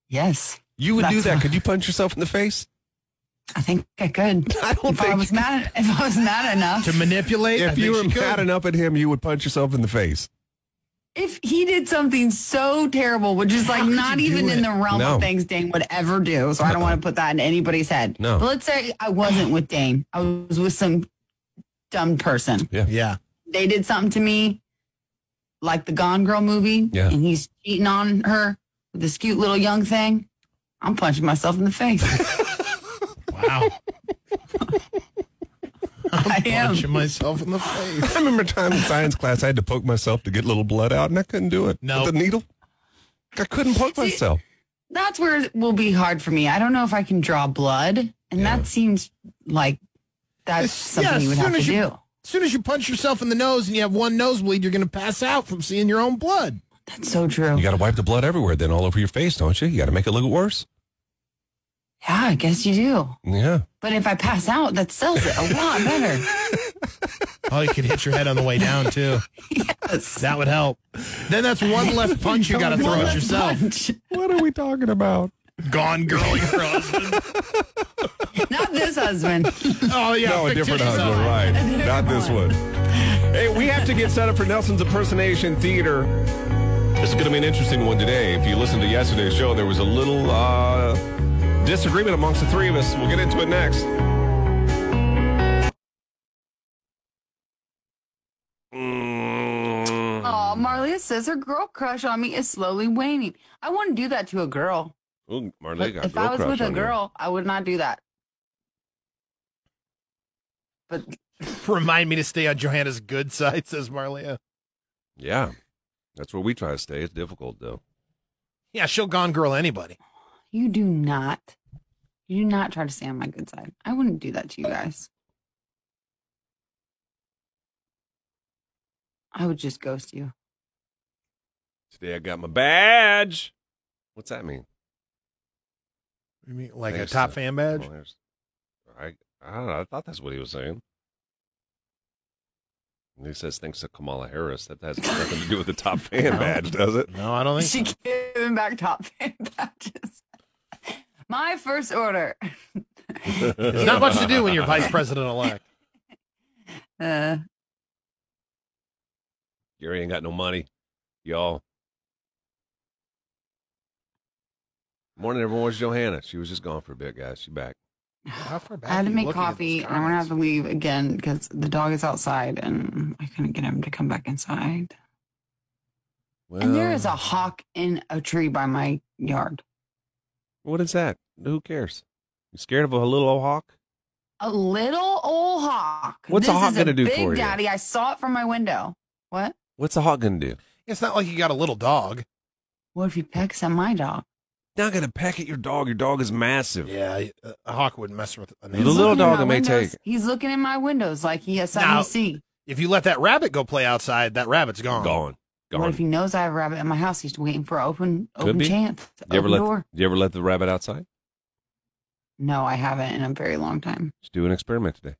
S3: Yes,
S1: You would do
S3: That's
S1: that.
S3: not-
S1: Could you punch yourself in the face?
S3: I think I could.
S1: I don't
S3: If I
S1: think
S3: was mad, if I was mad enough,
S2: To manipulate, I
S1: if
S2: think
S1: you were
S2: she could.
S1: mad enough at him, you would punch yourself in the face.
S3: if he did something so terrible, which is like
S2: could
S3: not
S2: you do
S3: even in
S2: it?
S3: the realm
S1: No.
S3: of things Dane would ever do, so I don't want to put that in anybody's head.
S1: No.
S3: but let's say I wasn't with Dane. I was with some dumb person.
S2: yeah,
S3: They did something to me, like the Gone Girl movie,
S1: Yeah.
S3: and he's cheating on her with this cute little young thing. I'm punching myself in the face.
S2: wow.
S3: I am.
S2: Punching myself in the face.
S1: I remember a time in science class, I had to poke myself to get a little blood out, and I couldn't do it.
S2: No.
S1: With the needle. I couldn't poke
S3: See-
S1: myself.
S3: That's where it will be hard for me. I don't know if I can draw blood, and
S1: Yeah.
S3: that seems like that's
S2: As-
S3: something
S2: yeah, as
S3: you would
S2: soon
S3: have to
S2: as you-
S3: do.
S2: As soon as you punch yourself in the nose and you have one nosebleed, you're going to pass out from seeing your own blood.
S3: That's so true.
S1: You
S3: Yeah,
S1: got to wipe the blood everywhere, then all over your face, don't you? You got to make it look worse.
S3: I guess you do.
S1: Yeah.
S3: But if I pass out, that sells it a lot better.
S2: Oh, you could hit your head on the way down too.
S3: Yes.
S2: That would help. Then that's one less punch you got to throw at yourself.
S3: Punch.
S1: What are we talking about?
S2: Gone girl, your husband.
S3: Not this husband.
S2: Oh yeah,
S1: no, a different
S2: fictitious
S1: husband,
S2: husband.
S1: right? Not this one. Hey, we have to get set up for Nelson's impersonation theater. This is going to be an interesting one today. If you listened to yesterday's show, there was a little uh, disagreement amongst the three of us. We'll get into it next.
S3: Oh, Marlea says her girl crush on me is slowly waning. I wouldn't do that to a girl.
S1: Ooh, Marley
S3: But
S1: got
S3: if
S1: girl
S3: I was
S1: crush
S3: with a
S1: on you.
S3: girl, I would not do that. But
S2: Remind me to stay on Johanna's good side, says Marlia.
S1: Yeah. That's where we try to stay. It's difficult, though.
S2: Yeah, she'll gone girl anybody.
S3: you do not. You do not try to stay on my good side. I wouldn't do that to you guys. I would just ghost you.
S1: Today I got my badge. What's that mean?
S2: You mean like
S1: Thanks,
S2: a top
S1: uh,
S2: fan badge?
S1: Well, there's- I, I don't know. I thought that's what he was saying. And he says thanks to Kamala Harris. That has nothing to do with the top fan
S3: No.
S1: badge, does it?
S2: No, I don't think.
S3: She giving back top fan badges. My first order.
S2: There's not much to do when you're vice president elect.
S3: Uh,
S1: Gary ain't got no money, y'all. Morning, everyone. It's Johanna. She was just gone for a bit, guys. She back.
S2: How far back
S3: I had
S2: are
S3: to
S2: you
S3: make
S2: looking at
S3: coffee
S2: those
S3: and I'm gonna have
S2: comments?
S3: to leave again because the dog is outside and I couldn't get him to come back inside.
S1: Well,
S3: And there is a hawk in a tree by my yard.
S1: What is that? Who cares? You scared of a little old hawk?
S3: A little old hawk.
S1: What's a
S3: This
S1: hawk
S3: is
S1: gonna do
S3: big
S1: for you?
S3: Daddy, I saw it from my window. What?
S1: What's a hawk gonna do?
S2: It's not like you got a little dog.
S3: What if he pecks at my dog?
S1: not going to peck at your dog. Your dog is massive.
S6: Yeah, uh, a hawk wouldn't mess with an
S1: The
S3: He's
S1: little
S6: animal.
S3: looking in
S1: dog
S3: my
S1: it may
S3: windows.
S1: take.
S3: He's looking in my windows like he has something
S6: Now-
S3: to see.
S6: If you let that rabbit go play outside, that rabbit's gone.
S1: Gone. Gone.
S3: What if he knows I have a rabbit in my house? He's waiting for open
S1: Could
S3: open
S1: be.
S3: chance.
S1: you ever
S3: open
S1: let
S3: door.
S1: you ever let the rabbit outside?
S3: No, I haven't in a very long time.
S1: Just do an experiment today.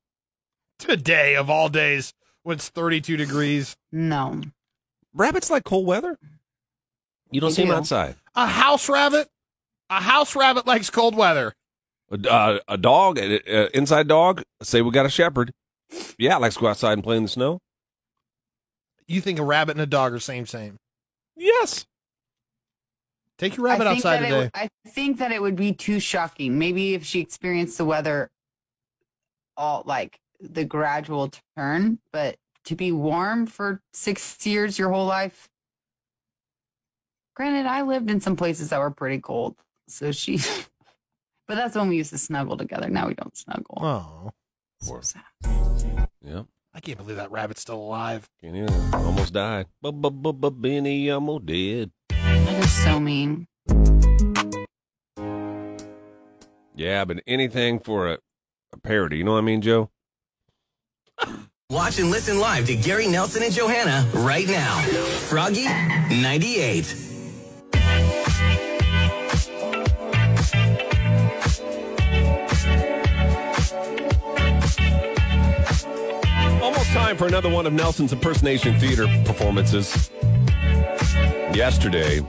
S6: Today of all days, when it's 32 degrees,
S3: No.
S1: Rabbits like cold weather. You don't
S3: They
S1: see them
S3: do.
S1: outside.
S6: a house rabbit, a house rabbit likes cold weather.
S1: A, uh, a dog, an uh, inside dog. Say we got a shepherd. Yeah, likes to go outside and play in the snow.
S6: You think a rabbit and a dog are same same?
S1: Yes.
S6: Take your rabbit
S3: I think
S6: outside
S3: that it
S6: today.
S3: would- I think that it would be too shocking. Maybe if she experienced the weather, all like the gradual turn, but to be warm for six years, your whole life. Granted, I lived in some places that were pretty cold, so she. But that's when we used to snuggle together. Now we don't snuggle.
S6: Oh,
S3: So sad.
S1: Yeah.
S6: I can't believe that rabbit's still alive.
S1: Can't hear them. uh, Almost died. Benny almost dead.
S3: That is so mean.
S1: Yeah, but anything for a, a parody. You know what I mean, Joe?
S5: Watch and listen live to Gary Nelson and Johanna right now. Froggy 98.
S1: Almost time for another one of Nelson's impersonation theater performances. Yesterday,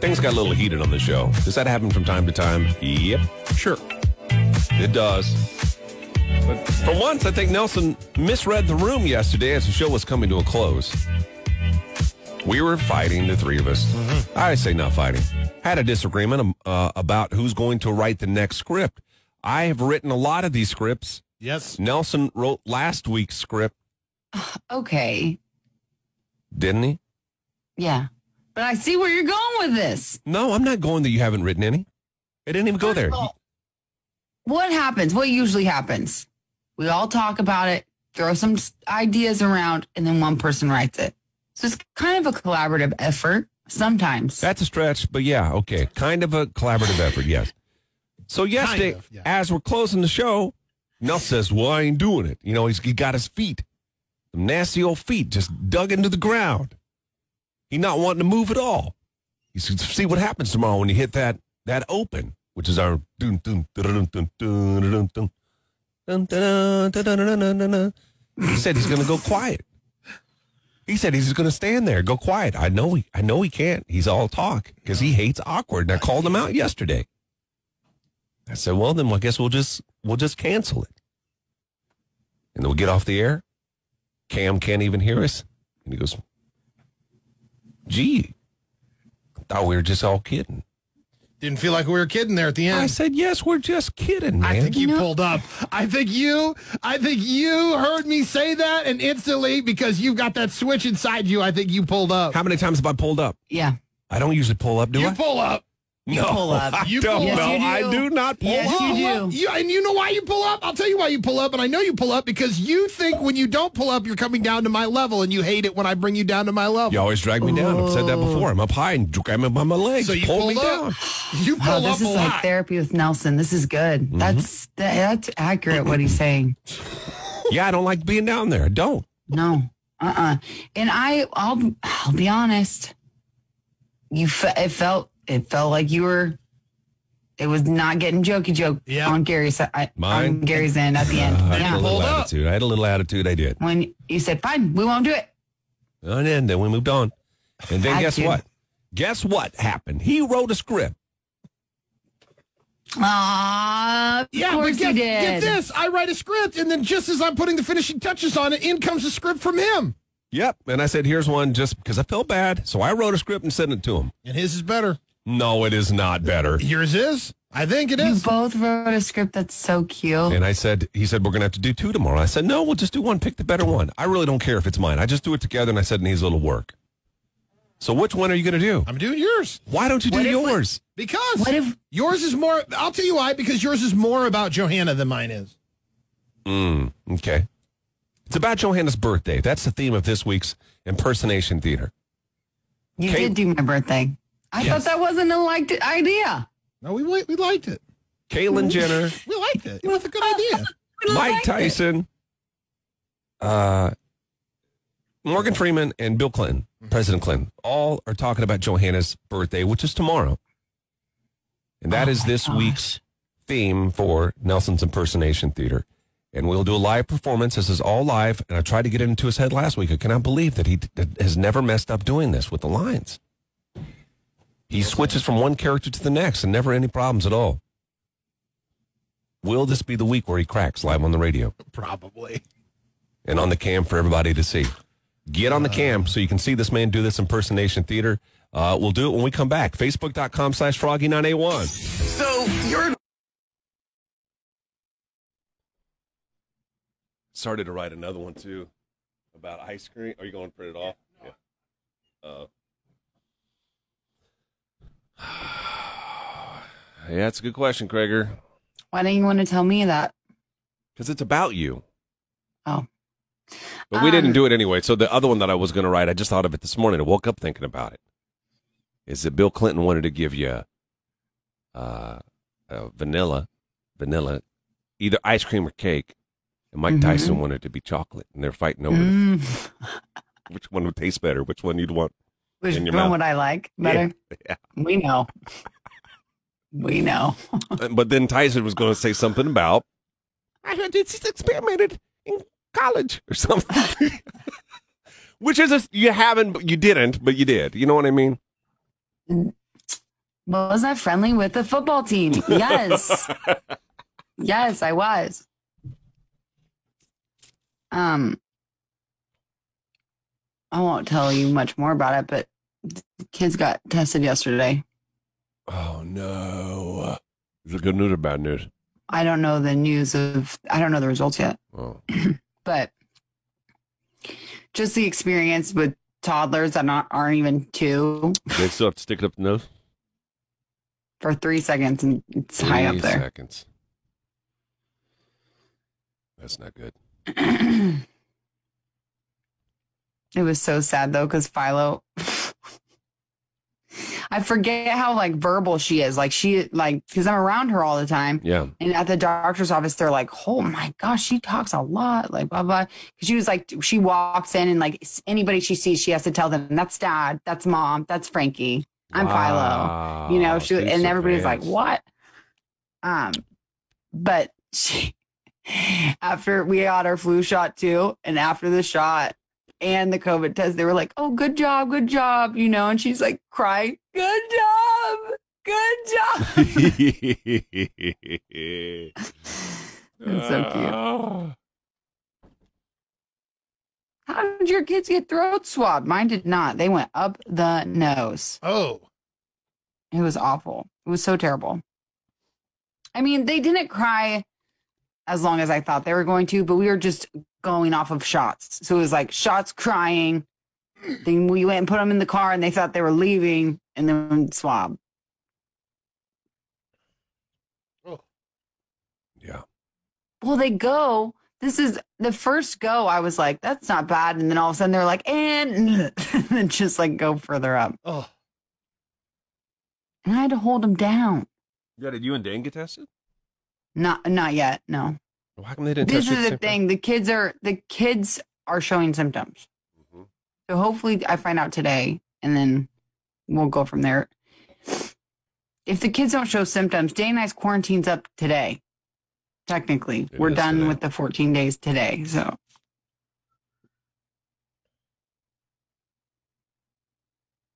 S1: things got a little heated on the show. Does that happen from time to time? Yep. Sure. It does. But for once, I think Nelson misread the room yesterday as the show was coming to a close. We were fighting, the three of us. I say not fighting. Had a disagreement um, uh, about who's going to write the next script. I have written a lot of these scripts.
S6: Yes.
S1: Nelson wrote last week's script,
S3: Okay.
S1: didn't he?
S3: Yeah. But I see where you're going with this.
S1: No, I'm not going that you haven't written any. It didn't even go there.
S3: Well, What happens? What usually happens? We all talk about it, throw some s- ideas around, and then one person writes it. So it's kind of a collaborative effort sometimes.
S1: That's a stretch, but yeah, okay. Kind of a collaborative effort, yes. So yesterday,
S6: of, yeah.
S1: as we're closing the show, Nelson says, Well, I ain't doing it. You know, he's he got his feet. Them nasty old feet just dug into the ground. He not wanting to move at all. He says, see what happens tomorrow when you hit that that open, which is our dun dun dun dun dun dun dun dun dun dun dun dun dun dun dun. He said he's gonna go quiet. He said he's just gonna stand there, go quiet. I know he I know he can't. He's all talk because he hates awkward. And I called him out yesterday. I said, well then I guess we'll just we'll just cancel it. And then we'll get off the air. Cam can't even hear us. And he goes, Gee, I thought we were just all kidding.
S6: Didn't feel like we were kidding there at the
S1: I
S6: end.
S1: said, yes, we're just kidding, man.
S6: I think you
S3: No.
S6: pulled up. I think you I think you heard me say that and instantly because you've got that switch inside you, I think you pulled up.
S1: How many times have I pulled up?
S3: yeah.
S1: I don't usually pull up, do
S6: you
S1: I?
S6: pull up.
S1: no,
S3: pull up.
S1: I
S6: You
S1: don't
S6: pull
S1: know.
S6: up.
S3: Yes, you
S1: I
S3: do.
S1: do not pull
S3: Yes,
S1: up.
S3: you do.
S6: You, and you know why you pull up? I'll tell you why you pull up, and I know you pull up because you think when you don't pull up, you're coming down to my level, and you hate it when I bring you down to my level.
S1: You always drag me down. I've said that before. I'm up high and you grab me by my legs.
S6: Oh. So you
S1: pull
S6: pull
S1: me
S6: up.
S1: down.
S6: You pull
S3: Wow,
S6: up
S3: this
S6: a
S3: is
S6: lot. Mm-hmm.
S3: like therapy with Nelson. This is good. That's that, that's accurate what he's saying.
S1: Yeah, I don't like being down there. I don't.
S3: No. Uh-uh. And I I'll I'll be honest. You fe- it felt it felt like you were it was not getting jokey joke
S6: Yeah.
S3: on Gary's I,
S1: Mine?
S3: on Gary's end at the end.
S1: I
S3: yeah.
S1: had a little
S6: Pulled up.
S1: attitude. I had a little attitude. I did.
S3: when you said, "Fine, we won't do it."
S1: And then, then we moved on. And then
S3: I
S1: guess
S3: do.
S1: what? Guess what happened? He wrote a script.
S3: Ah, of
S6: yeah,
S3: course
S6: but get,
S3: you did.
S6: get this. I write a script, and then just as I'm putting the finishing touches on it, in comes a script from him.
S1: Yep. And I said, here's one just because I felt bad. So I wrote a script and sent it to him.
S6: And his is better.
S1: No, it is not better.
S6: Yours is? I think it
S3: You
S6: is.
S3: both wrote a script that's so cute.
S1: And I said, he said, we're going to have to do two tomorrow. I said, no, we'll just do one. Pick the better one. I really don't care if it's mine. I just do it together. And I said, it needs a little work. So which one are you going to do?
S6: I'm doing yours
S1: Why don't you do
S3: What if we-
S1: yours?
S6: because
S3: What if-
S6: yours is more. I'll tell you why. Because yours is more about Johanna than mine is.
S1: Mm, okay. It's about Johanna's birthday. That's the theme of this week's impersonation theater.
S3: You
S1: Kate-
S3: did do my birthday. I
S1: Yes.
S3: thought that wasn't a liked idea.
S2: No, we we, we liked it.
S1: Caitlyn Jenner,
S2: We liked it. It was a good idea.
S1: Mike Tyson, uh, Morgan Freeman, and Bill Clinton,
S3: Mm-hmm.
S1: President Clinton, all are talking about Johanna's birthday, which is tomorrow. And that
S3: Oh
S1: is
S3: my
S1: this
S3: gosh.
S1: week's theme for Nelson's Impersonation Theater. And we'll do a live performance. This is all live. And I tried to get it into his head last week. I cannot believe that he d- has never messed up doing this with the lines. He switches from one character to the next and never any problems at all. Will this be the week where he cracks live on the radio
S2: Probably.
S1: and on the cam for everybody to see? Get on the cam so you can see this man do this impersonation theater. Uh, we'll do it when we come back. Facebook.com slash froggy981.
S5: So you're
S1: Started to write another one too about ice cream. Are you going to print it off? Yeah. Uh, yeah, that's a good question, Krager,
S3: Why don't you want to tell me that?
S1: because it's about you.
S3: Oh.
S1: But we didn't
S3: Um,
S1: do it anyway. So the other one that I was going to write, I just thought of it this morning. I woke up thinking about it. Is that Bill Clinton wanted to give you uh, uh, vanilla, vanilla, either ice cream or cake, and Mike
S3: Mhm.
S1: Tyson wanted to be chocolate, and they're fighting over
S3: Mm,
S1: which one would taste better, which one you'd want.
S3: which
S1: In
S3: one
S1: your mouth.
S3: would I like better?
S1: Yeah.
S3: We know. we know.
S1: but then Tyson was going to say something about I heard it's experimented in college or something, which is a, you haven't, but you didn't, but you did. You know what I mean?
S3: Was I friendly with the football team? Yes. yes, I was. Um I won't tell you much more about it, but the kids got tested yesterday.
S1: Oh no! Is it good news or bad news?
S3: I don't know the news of I don't know the results yet.
S1: Oh,
S3: but just the experience with toddlers that not aren't even two
S1: they still have to stick it up the nose.
S3: for three seconds and it's high up
S1: Three
S3: there.
S1: Seconds. That's not good.
S3: it was so sad though because Philo. I forget how like verbal she is. Like she like because I'm around her all the time.
S1: Yeah.
S3: And at the doctor's office, they're like, "Oh my gosh, she talks a lot." Like blah blah. 'Cause she was like, she walks in and like s- anybody she sees, she has to tell them that's dad, that's mom, that's Frankie, I'm Philo. you know. She
S1: Wow, Oh, she's
S3: and everybody's like,
S1: advanced.
S3: "What?" Um, but she after we got our flu shot too, and after the shot and the COVID test, they were like, "Oh, good job, good job," you know. And she's like, "Cry, good job, good job." That's so cute.
S1: Ah.
S3: How did your kids get throat swabbed? Mine did not. They went up the nose.
S2: Oh,
S3: It was awful. It was so terrible. I mean, they didn't cry as long as I thought they were going to, but we were just going off of shots. So it was like shots crying. Then we went and put them in the car and they thought they were leaving and then swab.
S1: Yeah.
S3: Well, they go. This is the first go. I was like, that's not bad. And then all of a sudden they're like, and, and then just like go further up.
S2: oh,
S3: And I had to hold them down.
S1: Yeah. Did you and Dan get tested?
S3: Not not yet. No.
S1: Well, How come they didn't?
S3: This
S1: test you
S3: is
S1: at
S3: the
S1: same time?
S3: thing. The kids are the kids are showing symptoms.
S1: Mhm.
S3: So hopefully I find out today and then we'll go from there. If the kids don't show symptoms, day and night's quarantine's up today. Technically,
S1: It
S3: we're
S1: is
S3: done
S1: today.
S3: with the 14 days today. So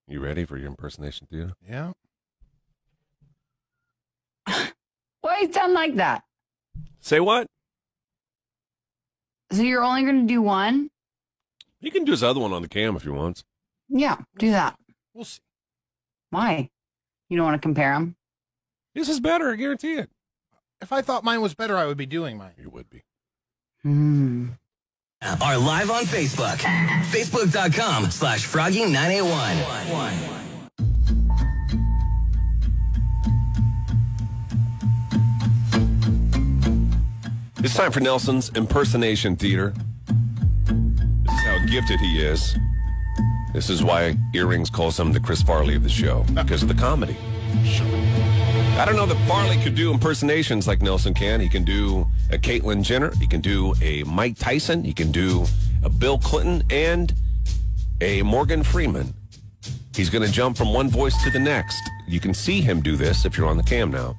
S1: You ready for your impersonation theater?
S2: yeah.
S3: why is it done like that?
S1: Say what?
S3: So you're only going to do one?
S1: You can do his other one on the cam if you want.
S3: Yeah, do that.
S2: We'll see.
S3: Why? You don't want to compare them?
S1: This is better, I guarantee it.
S2: If I thought mine was better, I would be doing mine.
S1: You would be.
S3: Hmm.
S5: are live on Facebook. Facebook.com slash Froggy981.
S1: It's time for Nelson's impersonation theater. This is how gifted he is. This is why Earrings calls him the Chris Farley of the show because of the comedy. I don't know that Farley could do impersonations like Nelson can. He can do a Caitlyn Jenner. He can do a Mike Tyson. He can do a Bill Clinton and a Morgan Freeman. He's going to jump from one voice to the next. You can see him do this if you're on the cam now.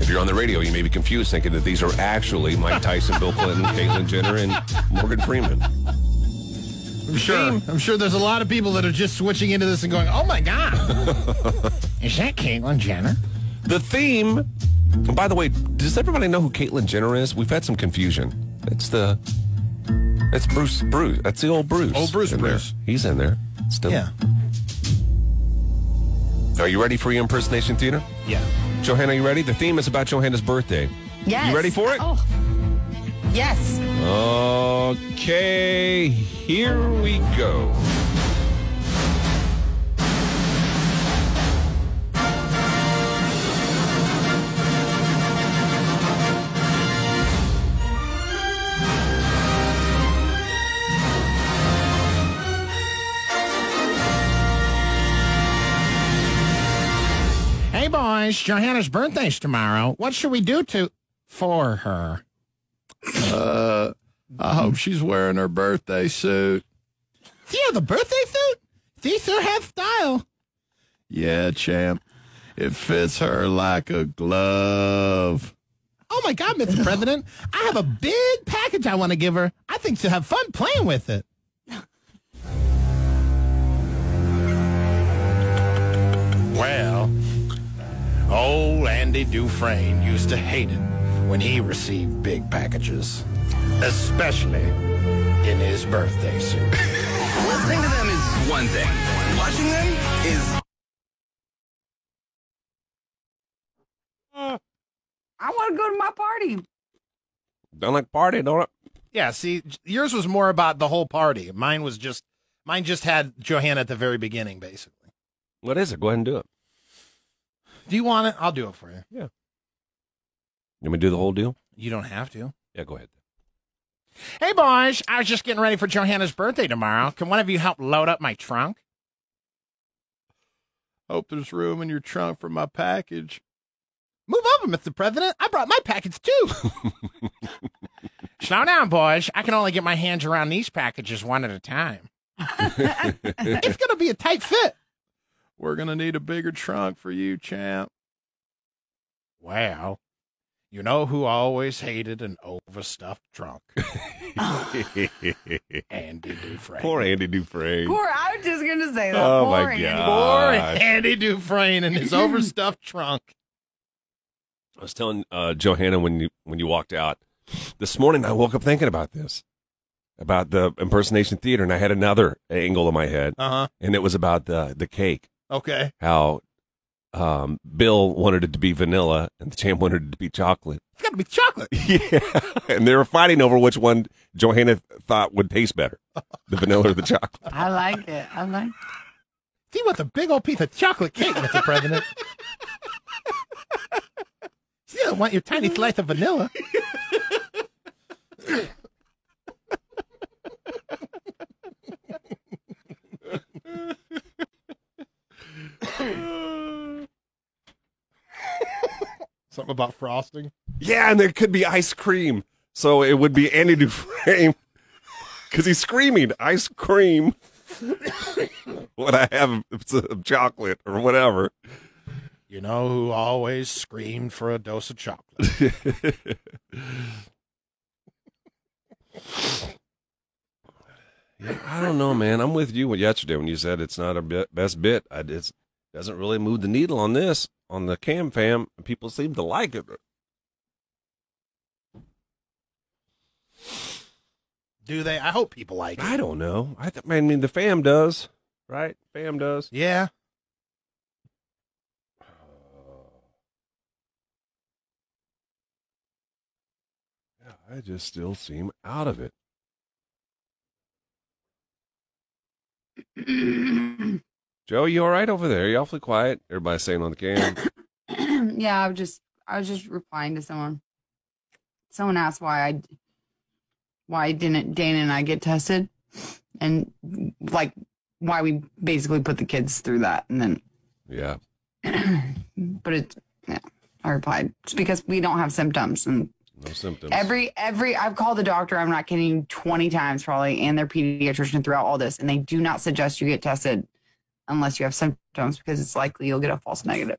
S1: If you're on the radio, you may be confused thinking that these are actually Mike Tyson, Bill Clinton, Caitlyn Jenner, and Morgan Freeman.
S6: I'm sure. I'm sure there's a lot of people that are just switching into this and going, "Oh my god, is that Caitlyn Jenner?"
S1: The theme, and by the way, does everybody know who Caitlyn Jenner is? We've had some confusion. It's the, it's Bruce Bruce. That's the old Bruce.
S6: Old Bruce
S1: in there.
S6: Bruce.
S1: He's in there still.
S6: Yeah,
S1: Are you ready for your impersonation theater?
S6: yeah.
S1: Johanna, you ready? The theme is about Johanna's birthday.
S3: Yes.
S1: You ready for it?
S3: Oh. Yes.
S1: Okay, here we go.
S6: Hey boys, Johanna's birthday's tomorrow. What should we do to for her?
S7: Uh, I hope she's wearing her birthday suit.
S6: Yeah, the birthday suit. These sure have style.
S7: Yeah, champ. It fits her like a glove.
S6: Oh my god, Mr. President, I have a big package I want to give her. I think she'll have fun playing with it.
S7: Well, old Andy Dufresne used to hate it when he received big packages, especially in his birthday suit.
S5: Listening to them is one thing. Watching them is
S3: I want to go to my party.
S1: Don't like party, don't like.
S6: Yeah, see, j- yours was more about the whole party. Mine was just, mine just had Johanna at the very beginning, basically.
S1: What is it? Go ahead and do it.
S6: Do you want it? I'll do it for you.
S1: You want me to do the whole deal?
S6: You don't have to.
S1: Yeah, go ahead.
S6: Hey, boys, I was just getting ready for Johanna's birthday tomorrow. Can one of you help load up my trunk?
S7: Hope there's room in your trunk for my package.
S6: Move over, Mr. President. I brought my packets too. Slow down, boys. I can only get my hands around these packages one at a time. it's going to be a tight fit.
S7: We're going to need a bigger trunk for you, champ.
S6: Well, you know who always hated an overstuffed trunk? Andy Dufresne.
S1: Poor Andy Dufresne.
S3: Poor, I was just going to say that.
S1: Oh, my
S3: Poor Andy.
S1: God.
S6: Poor
S1: Gosh.
S6: Andy Dufresne and his overstuffed trunk.
S1: I was telling uh, Johanna when you when you walked out this morning. I woke up thinking about this, about the impersonation theater, and I had another angle in my head,
S6: Uh huh.
S1: and it was about the the cake.
S6: Okay.
S1: How um, Bill wanted it to be vanilla, and the champ wanted it to be chocolate.
S6: It's got to be chocolate.
S1: Yeah, and they were fighting over which one Johanna thought would taste better, the vanilla or the chocolate.
S3: I like it. I like it.
S6: He wants a big old piece of chocolate cake, Mr. President. She doesn't want your tiny slice of vanilla. Something about frosting.
S1: Yeah, and there could be ice cream, so it would be Andy Dufresne because he's screaming ice cream. what I have is some chocolate or whatever.
S6: You know who always screamed for a dose of chocolate?
S1: I don't know, man. I'm with you yesterday when you said it's not our be- best bit. I, it doesn't really move the needle on this on the cam fam. People seem to like it.
S6: Do they? I hope people like it.
S1: I don't know. I, th- I mean, the fam does, right? Fam does.
S6: Yeah.
S1: Uh, I just still seem out of it. Joe, you all right over there? You awfully quiet. Everybody's saying on the cam.
S3: yeah, I was just I was just replying to someone. Someone asked why I why didn't Dana and I get tested, and like why we basically put the kids through that, and
S1: yeah.
S3: then but it, yeah, I replied, it's because we don't have symptoms. And
S1: No symptoms.
S3: every, every, I've called the doctor, I'm not kidding, you, 20 times probably, and their pediatrician throughout all this. And they do not suggest you get tested unless you have symptoms because it's likely you'll get a false negative.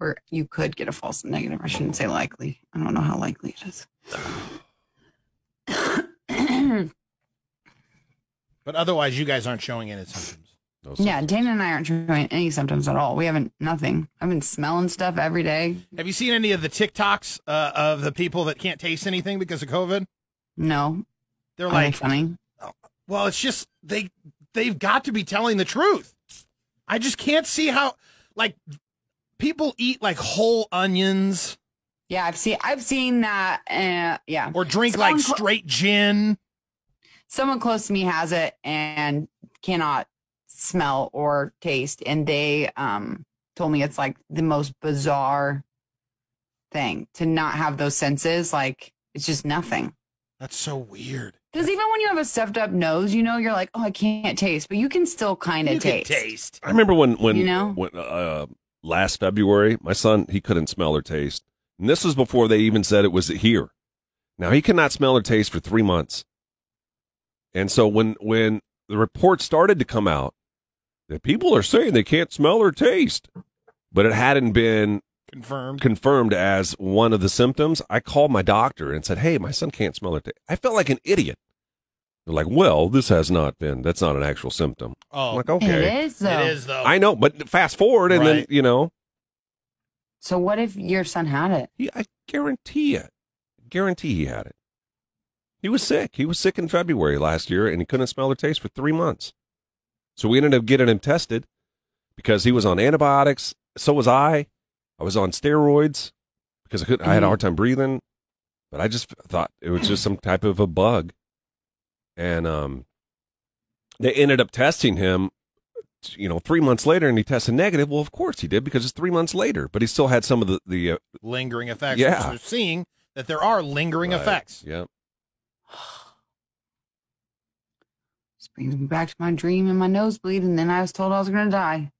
S3: Or you could get a false negative. I shouldn't say likely. I don't know how likely it is.
S6: But otherwise, you guys aren't showing any symptoms.
S1: No
S3: Yeah,
S1: symptoms.
S3: Dana and I aren't showing any symptoms at all. We haven't nothing. I've been smelling stuff every day.
S6: Have you seen any of the TikToks uh, of the people that can't taste anything because of COVID?
S3: No,
S6: They're
S3: are they
S6: like,
S3: funny?
S6: well, it's just they they've got to be telling the truth. I just can't see how like people eat like whole onions
S3: Yeah, I've seen I've seen that. Uh, yeah,
S6: or drink
S3: Someone
S6: like
S3: cl-
S6: straight gin.
S3: someone close to me has it and cannot smell or taste, and they um told me it's like the most bizarre thing to not have those senses. Like it's just nothing.
S6: That's so weird.
S3: Because even when you have a stuffed up nose, you know you're like, oh, I can't taste, but you can still kind
S6: You
S3: of
S6: can
S3: taste.
S6: taste.
S1: I remember when when
S3: You know?
S1: when uh, last February, my son he couldn't smell or taste, and this was before they even said it was here. Now he cannot smell or taste for three months, and so when when the report started to come out, that people are saying they can't smell or taste, but it hadn't been
S6: Confirmed.
S1: confirmed as one of the symptoms. I called my doctor and said, "Hey, my son can't smell or taste." I felt like an idiot. They're like, "Well, this has not been. That's not an actual symptom." I'm
S6: Oh,
S1: like, "Okay."
S3: It is though.
S6: it is though.
S1: I know, but fast forward and then
S6: Right.
S1: you know,
S3: So what if your son had it?
S1: he, I guarantee it. Guarantee he had it. He was sick. He was sick in February last year, and he couldn't smell or taste for three months. So we ended up getting him tested because he was on antibiotics. So was I. I was on steroids because I could not I had a hard time breathing, but I just thought it was just some type of a bug, and um, they ended up testing him. You know, three months later, and he tested negative. Well, of course he did because it's three months later. But he still had some of the the uh,
S6: Lingering effects.
S1: Yeah.
S6: So We're seeing that there are lingering
S1: Right.
S6: effects.
S1: Yeah.
S3: This brings me back to my dream and my nosebleed, and then I was told I was going to die.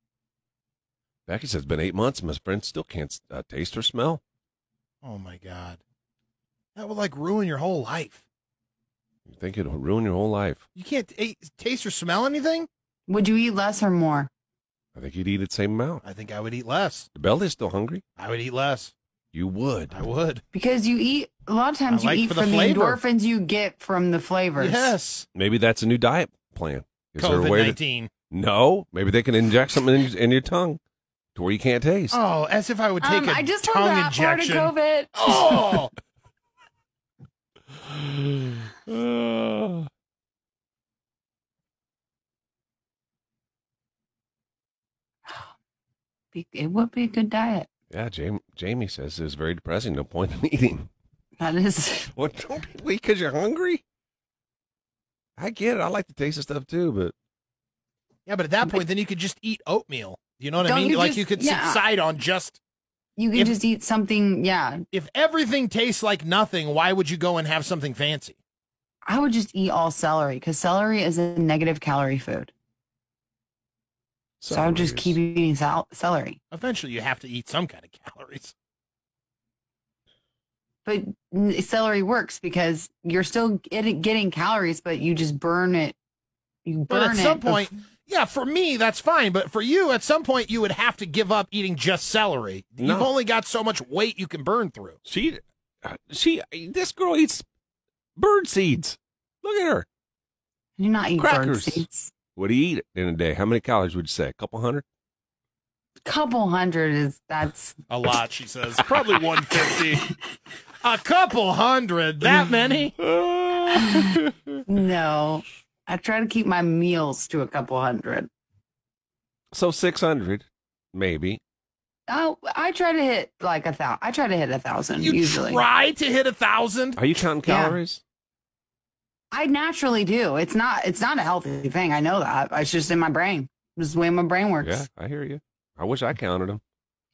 S1: Becky says it's been eight months. and My friend still can't uh, taste or smell.
S6: Oh my god, that would like ruin your whole life.
S1: You think it'll ruin your whole life?
S6: You can't t- taste or smell anything.
S3: Would you eat less or more?
S1: I think you'd eat the same amount.
S6: I think I would eat less.
S1: The belly's still hungry.
S6: I would eat less.
S1: You would.
S6: I would.
S3: Because you eat a lot of times
S6: I like
S3: you eat
S6: for the
S3: from the,
S6: flavor.
S3: endorphins you get from the flavors.
S6: Yes.
S1: Maybe that's a new diet plan. Is there a
S6: COVID
S1: way? To,
S6: nineteen.
S1: no. Maybe they can inject something in, in your tongue to where you can't taste.
S6: Oh, as if I would take
S3: Um,
S6: a
S3: I just learned
S6: tongue
S3: that
S6: injection.
S3: part of COVID.
S6: Oh, Oh.
S1: Uh,
S3: Be- It would be a good diet.
S1: yeah. Jamie, Jamie says it was very depressing. No point in eating.
S3: That is.
S1: What? Don't people eat because you're hungry? I get it. I like to taste the stuff too, but
S6: yeah. But at that point, then you could just eat oatmeal. You know what I
S3: Don't
S6: mean?
S3: you
S6: like
S3: just-
S6: you could
S3: yeah.
S6: subside on just
S3: You can
S6: If-
S3: just eat something. Yeah.
S6: if everything tastes like nothing. Why would you go and have something fancy?
S3: I would just eat all celery because celery is a negative calorie food. So, I would just
S1: Celery is-
S3: keep eating sal- celery.
S6: Eventually, you have to eat some kind of calories.
S3: But n- celery works because you're still get- getting calories, but you just burn it. You burn
S6: But at
S3: it.
S6: some
S3: bef-
S6: point, yeah, for me that's fine. But for you, at some point, you would have to give up eating just celery. You've
S1: No.
S6: only got so much weight you can burn through.
S1: She, uh, she, this girl eats bird seeds. Look at her.
S3: You're not eating
S1: Crackers.
S3: crackers. bird seeds.
S1: What do you eat in a day? How many calories would you say? A couple hundred?
S3: Couple hundred is that's
S6: A lot, she says. Probably 150. A couple hundred. That many?
S3: no. I try to keep my meals to a couple hundred.
S1: so 600, maybe.
S3: Oh, I try to hit like a thousand. I try to hit a thousand
S6: You
S3: usually.
S6: try to hit a thousand?
S1: Are you counting
S3: Yeah.
S1: calories?
S3: I naturally do. It's not. It's not a healthy thing. I know that. It's just in my brain. This is the way my brain works.
S1: Yeah, I hear you. I wish I counted them.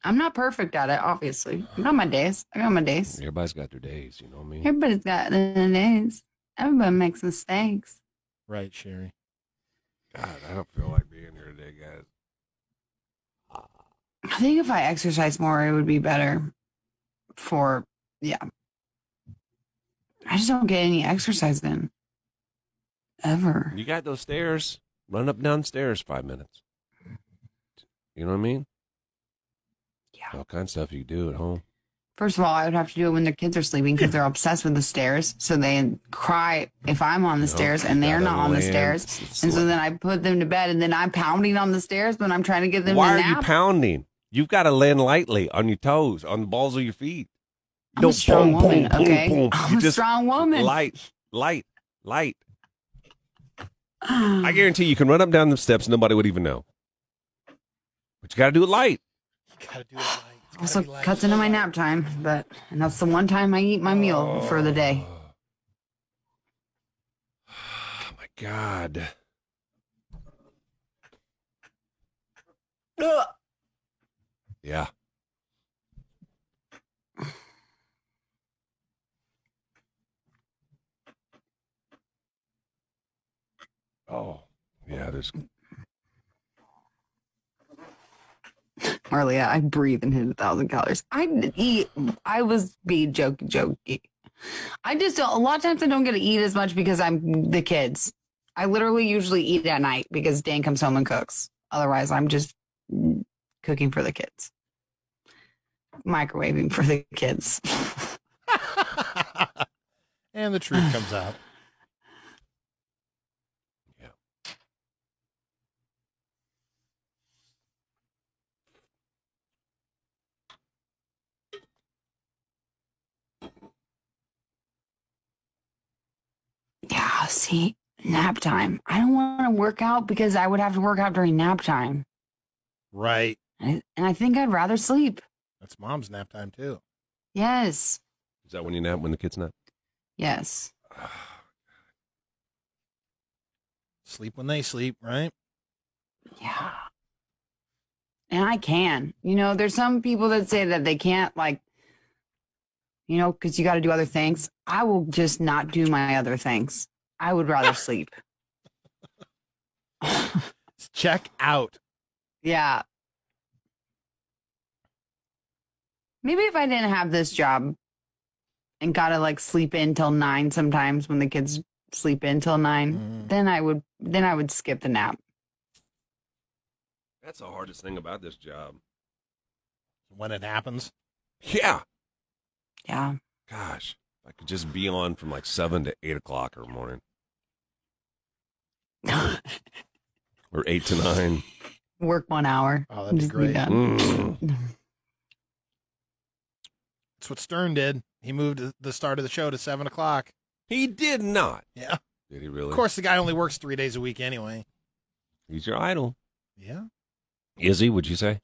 S3: I'm not perfect at it. Obviously, I got my days. I got my days.
S1: Everybody's got their days, you know what I mean?
S3: Everybody's got their days. Everybody makes mistakes.
S6: Right, Sherry.
S1: God, I don't feel like being here today, guys.
S3: I think if I exercise more, it would be better for, yeah. I just don't get any exercise in ever.
S1: You got those stairs. Run up and downstairs five minutes. You know what I mean?
S3: Yeah.
S1: All kinds of stuff you do at home.
S3: First of all, I would have to do it when their kids are sleeping because they're obsessed with the stairs. So they cry if I'm on the stairs and they're
S1: gotta
S3: not on the
S1: land.
S3: stairs. And so then I put them to bed and then I'm pounding on the stairs when I'm trying to get them
S1: Why
S3: to
S1: are
S3: nap.
S1: you pounding? You've got to land lightly on your toes, on the balls of your feet.
S3: I'm a strong woman, okay? I'm
S1: You
S3: a strong woman.
S1: Light, light, light. I
S3: I
S1: guarantee you can run up and down the steps, nobody would even know. But you got to do it light.
S6: Gotta do it right. It's
S3: also
S6: gotta be
S3: cuts into my nap time, but and that's the one time I eat my meal for the day.
S1: Oh my god. Ugh. Yeah. Oh, yeah, there's
S3: Marlea, I breathe and hit a thousand calories. I didn't eat. I was being joke jokey. I just don't. A lot of times I don't get to eat as much because I'm the kids. I literally usually eat at night because Dan comes home and cooks. Otherwise, I'm just cooking for the kids, microwaving for the kids.
S6: and the truth comes out.
S3: yeah, see, nap time. I don't want to work out because I would have to work out during nap time,
S6: Right.
S3: and I- and I think I'd rather sleep.
S6: That's mom's nap time too.
S3: Yes,
S1: Is that when you nap when the kid's nap?
S3: yes.
S6: Sleep when they sleep, right?
S3: Yeah. And I can. You know, there's some people that say that they can't, like, you know, because you got to do other things. I will just not do my other things. I would rather sleep.
S6: Check out.
S3: Yeah. Maybe if I didn't have this job and got to like sleep in till nine sometimes when the kids sleep in till 9
S6: Mhm.
S3: then I would, then I would skip the nap.
S1: That's the hardest thing about this job.
S6: When it happens.
S1: Yeah.
S3: Yeah.
S1: Gosh. I could just be on from like seven to eight o'clock or morning. or eight to nine.
S3: Work one hour.
S6: Oh, that'd be
S3: Just
S6: great.
S3: done.
S1: Mm.
S6: That's what Stern did. He moved the start of the show to seven o'clock.
S1: He did not.
S6: Yeah.
S1: Did he really?
S6: Of course, the guy only works three days a week anyway.
S1: He's your idol.
S6: Yeah.
S1: Is he, would you say?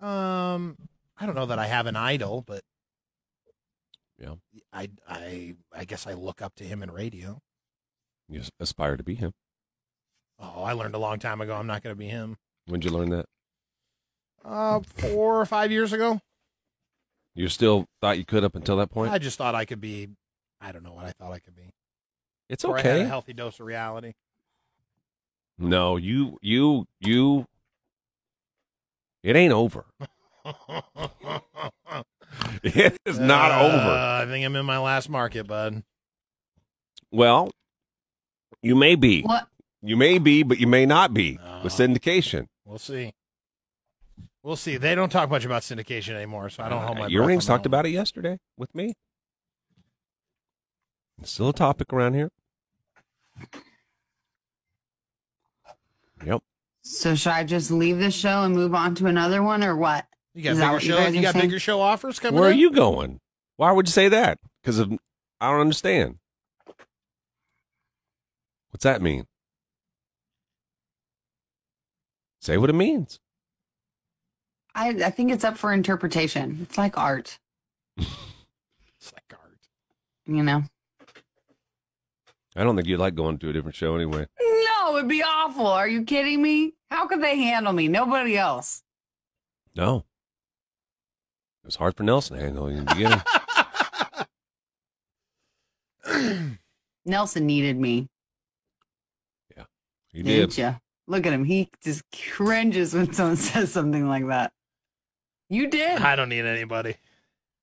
S6: Um, I don't know that I have an idol, but
S1: Yeah.
S6: I I I guess I look up to him in radio.
S1: You s- aspire to be him.
S6: Oh, I learned a long time ago. I'm not going to be him.
S1: When'd you learn that?
S6: Uh, four or five years ago,
S1: You still thought you could up until that point?
S6: I just thought I could be. I don't know what I thought I could be.
S1: it's
S6: Or I had a
S1: okay.
S6: healthy dose of reality.
S1: No, you, you, you. It ain't over. It is not over.
S6: Uh, I think I'm in my last market, bud.
S1: Well, you may be.
S3: What?
S1: You may be, but you may not be with
S6: Uh.
S1: syndication.
S6: We'll see. We'll see. They don't talk much about syndication anymore, so I don't hold my. breath
S1: Earrings
S6: on
S1: Uh, talked
S6: that one.
S1: about it yesterday with me. It's still a topic around here. Yep.
S3: So should I just leave this show and move on to another one or what?
S6: You
S3: Is that
S6: got
S3: what you
S6: bigger show.
S3: guys
S6: You
S3: are
S6: got
S3: saying?
S6: bigger show offers coming.
S1: Where are
S6: up?
S1: you going? Why would you say that? Because I don't understand. What's that mean? Say what it means.
S3: I, I think it's up for interpretation. It's like art,
S6: It's like art.
S3: you know?
S1: I don't think you'd like going to a different show anyway.
S3: No, it'd be awful. Are you kidding me? How could they handle me? Nobody else.
S1: No. It was hard for Nelson to handle you in the beginning.
S3: Nelson needed me.
S1: He
S3: didn't
S1: did.
S3: ya? Look at him. He just cringes when someone says something like that. You did.
S6: I don't need anybody.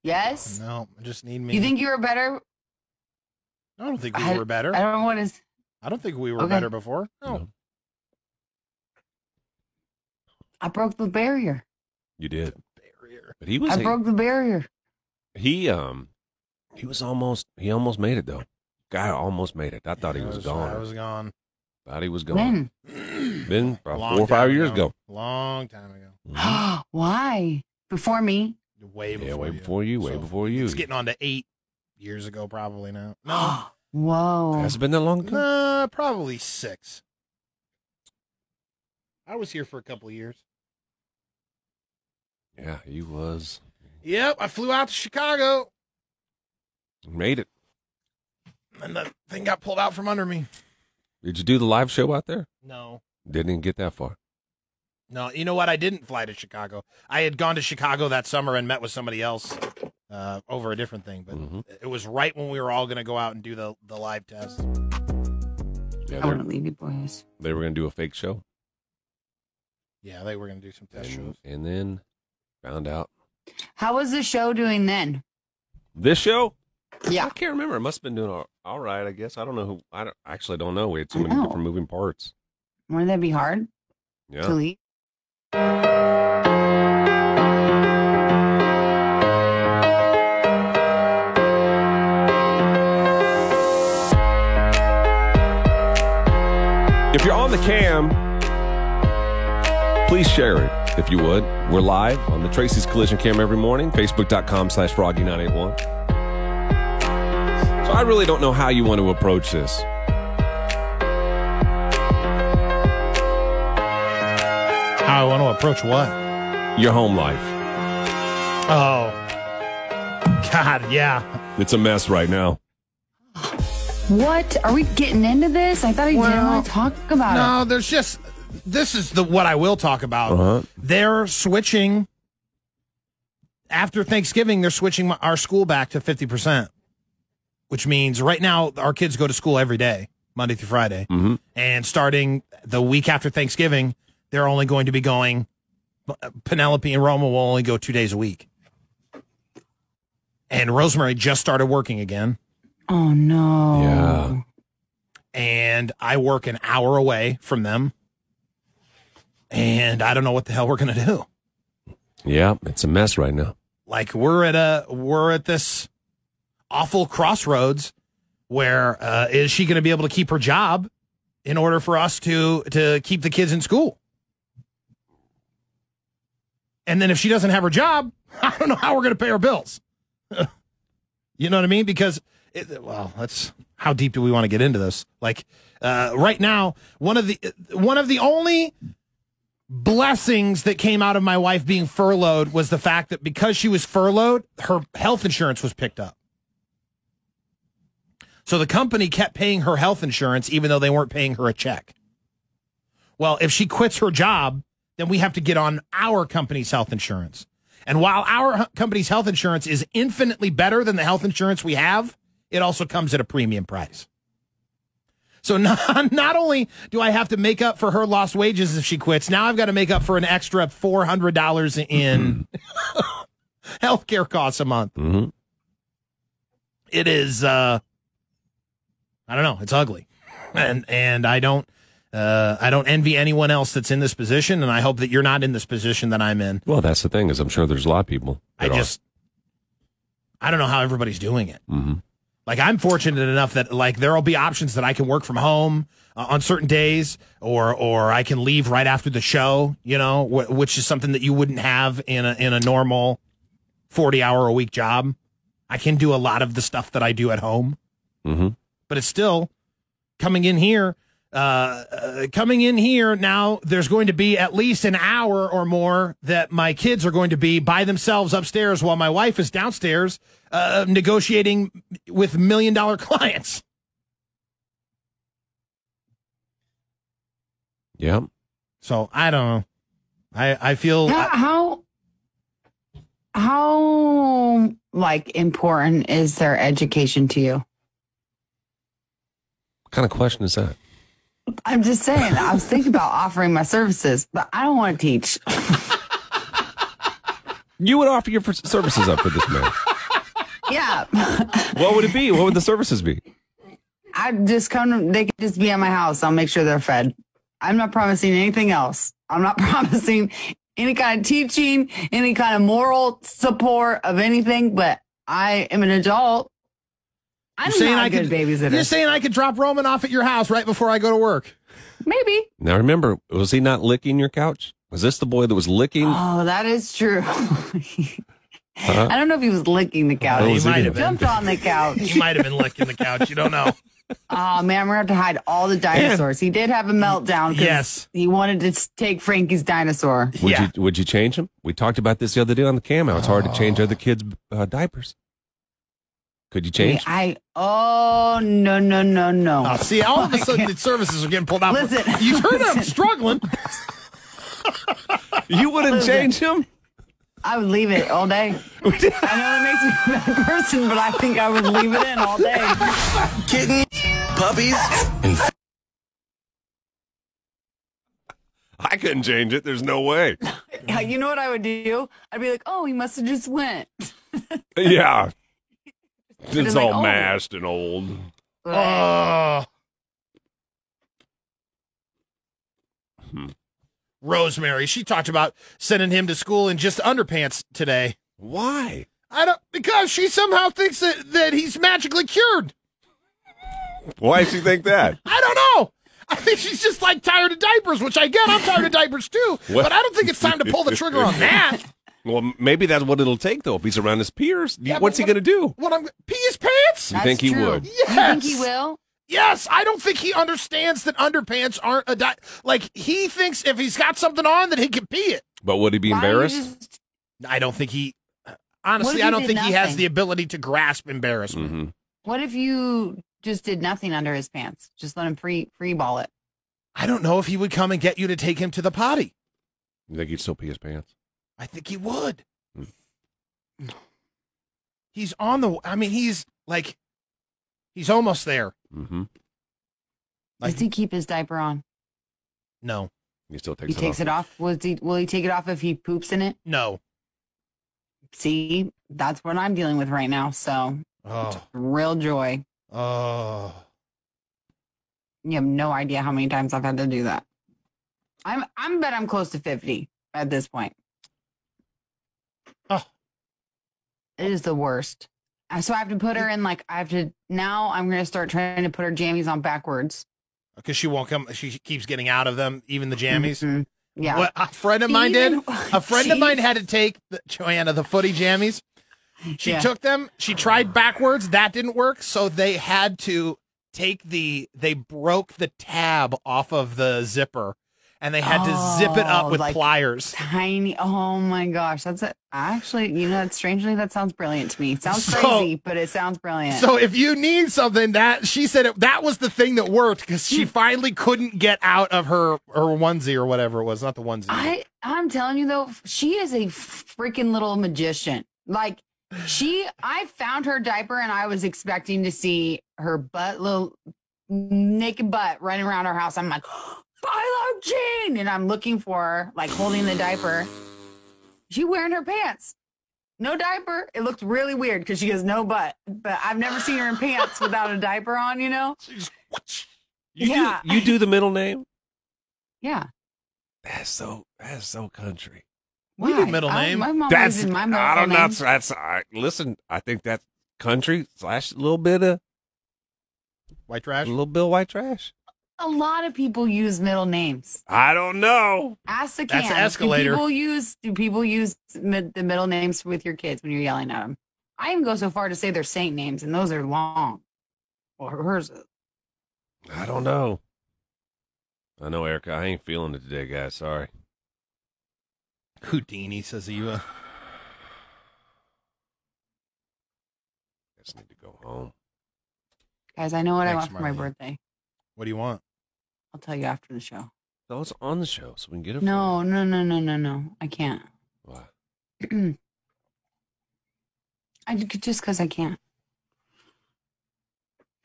S3: Yes.
S6: No, I just need me.
S3: You think you were better?
S6: I don't think we
S3: I-
S6: were better.
S3: I don't know what is.
S6: I don't think we were
S3: Okay.
S6: better before. Oh, No.
S1: No.
S3: I broke the barrier.
S1: You did.
S6: Barrier.
S1: But he was
S3: I
S1: a-
S3: broke the barrier.
S1: he um he was almost he almost made it though. Guy almost made it. I thought he
S6: I
S1: was,
S6: I
S1: gone.
S6: was gone.
S1: thought he was gone.
S3: When?
S1: Been about
S6: Long
S1: four or five
S6: time
S1: years ago.
S6: Long time ago.
S1: Mhm.
S3: Why? Before me?
S6: Way before.
S1: yeah, way
S6: you.
S1: before you. Way
S6: So,
S1: before you.
S6: It's getting on to eight years ago, probably now. No,
S3: Oh, Whoa.
S1: Has it been that long? ago?
S6: nah, probably six. I was here for a couple of years.
S1: Yeah, he was.
S6: Yep, I flew out to Chicago,
S1: Made it.
S6: and the thing got pulled out from under me.
S1: Did you do the live show out there?
S6: No,
S1: Didn't even get that far.
S6: no. You know what? I didn't fly to Chicago. I had gone to Chicago that summer and met with somebody else uh, over a different thing, but
S1: Mhm.
S6: it was right when we were all going to go out and do the the live test.
S1: Yeah,
S3: I
S1: they're-
S3: wouldn't leave you boys.
S1: they were gonna do a fake show,
S6: Yeah, they were going to do some test shows.
S1: and, and then found out
S3: How was the show doing then?
S1: this show. I
S3: Yeah.
S1: can't remember. It must have been doing all, all right. I guess I don't know who. I don't, I actually don't know. We had so
S3: I
S1: many
S3: know.
S1: different moving parts.
S3: Wouldn't that be hard
S1: Yeah.
S3: to leave?
S1: If you're on the cam, please share it if you would. We're live on the Tracy's Collision Cam every morning, facebook.com slash froggy981. So I really don't know how you want to approach this.
S6: How I want to approach what?
S1: Your home life.
S6: Oh, God, yeah.
S1: It's a mess right now.
S3: What? Are we getting into this? I thought I didn't
S6: Well,
S3: want to talk about it.
S6: No, there's just this is the what I will talk about.
S1: Uh-huh.
S6: They're switching after Thanksgiving. They're switching my, our school back to fifty percent, which means right now our kids go to school every day, Monday through Friday,
S1: Mhm.
S6: and starting the week after Thanksgiving, they're only going to be going. Penelope and Roma will only go two days a week, and Rosemary just started working again.
S3: Oh, no.
S6: Um,
S1: Yeah.
S6: and I work an hour away from them. And I don't know what the hell we're gonna do.
S1: Yeah, it's a mess right now.
S6: Like we're at a we're at this awful crossroads where uh, is she gonna be able to keep her job in order for us to to keep the kids in school? And then if she doesn't have her job, I don't know how we're gonna pay our bills. you know what I mean? Because it, well, that's how deep do we want to get into this? Like uh, right now, one of the one of the only blessings that came out of my wife being furloughed was the fact that because she was furloughed, her health insurance was picked up. So the company kept paying her health insurance even though they weren't paying her a check. Well, if she quits her job, then we have to get on our company's health insurance. And while our hu- company's health insurance is infinitely better than the health insurance we have, it also comes at a premium price. So not, not only do I have to make up for her lost wages if she quits, now I've got to make up for an extra $400 in healthcare costs a month.
S1: hmm
S6: It is, uh, I don't know. It's ugly. And, and I don't, uh, I don't envy anyone else that's in this position. And I hope that you're not in this position that I'm in.
S1: Well, that's the thing is I'm sure there's a lot of people.
S6: I just, I don't know how everybody's doing it.
S1: hmm
S6: Like I'm fortunate enough that like there'll be options that I can work from home uh, on certain days, or or I can leave right after the show. You know, wh- which is something that you wouldn't have in a in a normal forty hour a week job. I can do a lot of the stuff that I do at home,
S1: hmm
S6: but it's still coming in here. Uh, uh, coming in here now. There's going to be at least an hour or more that my kids are going to be by themselves upstairs while my wife is downstairs uh, negotiating with million dollar clients.
S1: Yeah.
S6: So I don't know. I I feel
S3: How, how how like important is their education to you?
S1: What kind of question is that?
S3: I'm just saying, I was thinking about offering my services, but I don't want to teach.
S1: You would offer your pers- services up for this man.
S3: Yeah.
S1: What would it be? What would the services be?
S3: I just come, they could just be at my house. I'll make sure they're fed. I'm not promising anything else. I'm not promising any kind of teaching, any kind of moral support of anything, but I am an adult. I'm not a good babysitter.
S2: You're saying I could drop Roman off at your house right before I go to work.
S3: Maybe.
S1: Now remember, was he not licking your couch? Was this the boy that was licking?
S3: Oh, that is true. I don't know if he was licking the couch.
S1: What
S6: Uh, he
S1: was he
S6: might
S1: doing?
S6: have been.
S3: Jumped on the couch.
S6: He might have been licking the couch. You don't know.
S3: Oh man, we're gonna have to hide all the dinosaurs. He did have a meltdown. 'cause
S6: Yes.
S3: he wanted to s- take Frankie's dinosaur.
S1: Would
S6: yeah.
S1: you would you change him? We talked about this the other day on the cam. How it's hard to change
S6: Oh.
S1: other kids' uh, diapers. Could you change? Ah.
S3: I oh no no no no.
S6: Uh,
S2: Oh, see, all of a sudden the services are getting pulled out.
S3: Listen.
S2: you heard I'm
S3: Listen.
S2: struggling.
S1: you wouldn't change him.
S3: I would leave it all day. I know that makes me a bad person, but I think I would leave it in all day.
S5: Kitten, puppies, and
S1: I couldn't change it. There's no way.
S3: Yeah, you know what I would do? I'd be like, oh, he must have just went.
S1: yeah,
S3: It's like, oh.
S1: and old.
S6: Oh. Hmm. Rosemary, she talked about sending him to school in just underpants today.
S1: Why?
S6: I don't because she somehow thinks that, that he's magically cured.
S1: Why does she think that?
S6: I don't know. I think she's just like tired of diapers, which I get. I'm tired of diapers too.
S1: Well-
S6: But I don't think it's time to pull the trigger on that.
S1: Well, maybe that's what it'll take though. If he's around his peers,
S6: Yeah,
S1: what's he
S6: but
S1: going to do?
S6: What I'm pee his pants?
S1: You think he
S3: true.
S1: would?
S3: You think he
S6: Yes.
S3: will?
S6: Yes, I don't think he understands that underpants aren't a di- like he thinks if he's got something on that he can pee it.
S1: But would he be
S3: Why don't you
S1: embarrassed?
S3: just-
S6: I don't think he.
S3: What
S6: Honestly,
S3: if
S6: I
S3: he
S6: don't
S3: did
S6: think he has
S3: nothing?
S6: the ability to grasp embarrassment.
S1: Mhm.
S3: What if you just did nothing under his pants? Just let him free free ball it.
S6: I don't know if he would come and get you to take him to the potty.
S1: You think he'd still pee his pants?
S6: I think he would.
S1: Hmm.
S6: He's on the. I mean, he's like, he's almost there.
S1: Mm-hmm.
S6: Like-
S3: Does he keep his diaper on?
S6: No,
S1: He still takes
S3: He
S1: it
S3: takes
S1: off.
S3: it off. Will he, will he take it off if he poops in it?
S6: no.
S3: See, that's what I'm dealing with right now. So,
S6: Oh,
S3: real joy.
S6: oh.
S3: You have no idea how many times I've had to do that. I'm I'm bet I'm close to 50 at this point.
S6: Oh.
S3: It is the worst. Uh, So I have to put her in like I have to now I'm going to start trying to put her jammies on backwards.
S6: Because she won't come. She keeps getting out of them, even the jammies.
S3: Mhm. Yeah.
S6: What a friend of mine did.
S3: Even-
S6: A friend of
S3: Jeez.
S6: mine had to take the, Joanna the footy jammies. She
S3: Yeah.
S6: took them. She tried backwards. That didn't work. So they had to take the. They broke the tab off of the zipper, and they had to zip it
S3: Oh,
S6: up with
S3: like-
S6: pliers.
S3: tiny oh my gosh that's it actually you know that strangely that sounds brilliant to me sounds
S6: So-
S3: crazy but it sounds brilliant
S6: So if you need something, that she said it, that was the thing that worked because she
S3: Hmm.
S6: finally couldn't get out of her her onesie or whatever it was. Not the onesie.
S3: i i'm telling you though she is a freaking little magician like she i found her diaper and i was expecting to see her butt little naked butt running around our house i'm like philo jean and i'm looking for her like holding the diaper she wearing her pants no diaper it looked really weird because she has no butt but i've never seen her in pants without a diaper on you know
S1: You
S3: Yeah.
S1: do. You do the middle name.
S3: Yeah.
S1: That's so. That's so country.
S6: We do middle
S3: I-
S6: name.
S3: my mom
S1: That's.
S3: uses my
S1: I
S3: middle
S1: don't know.
S3: name.
S1: That's. that's I, listen. I think that's country slash a little bit of
S6: White
S1: a
S6: trash.
S1: little bit of white trash.
S3: A lot of people use middle names.
S1: I don't know.
S3: Ask the
S6: That's
S3: can.
S6: an escalator.
S3: Do people use Do people use mid, the middle names with your kids when you're yelling at them? I even go so far to say they're saint names, and those are long. Or hers. is.
S1: I don't know. I know, Erica. I ain't feeling it today, guys. Sorry.
S6: Houdini says you. Uh,
S1: I just need to go home.
S3: Guys, I know what I
S6: Thanks,
S3: want for my
S6: Marlene.
S3: birthday.
S6: what do you want?
S3: I'll tell you after the show.
S1: Those on the show, so we can get it.
S3: No, no, no, no, no, no. I can't.
S1: Why?
S3: I ju- just because I can't.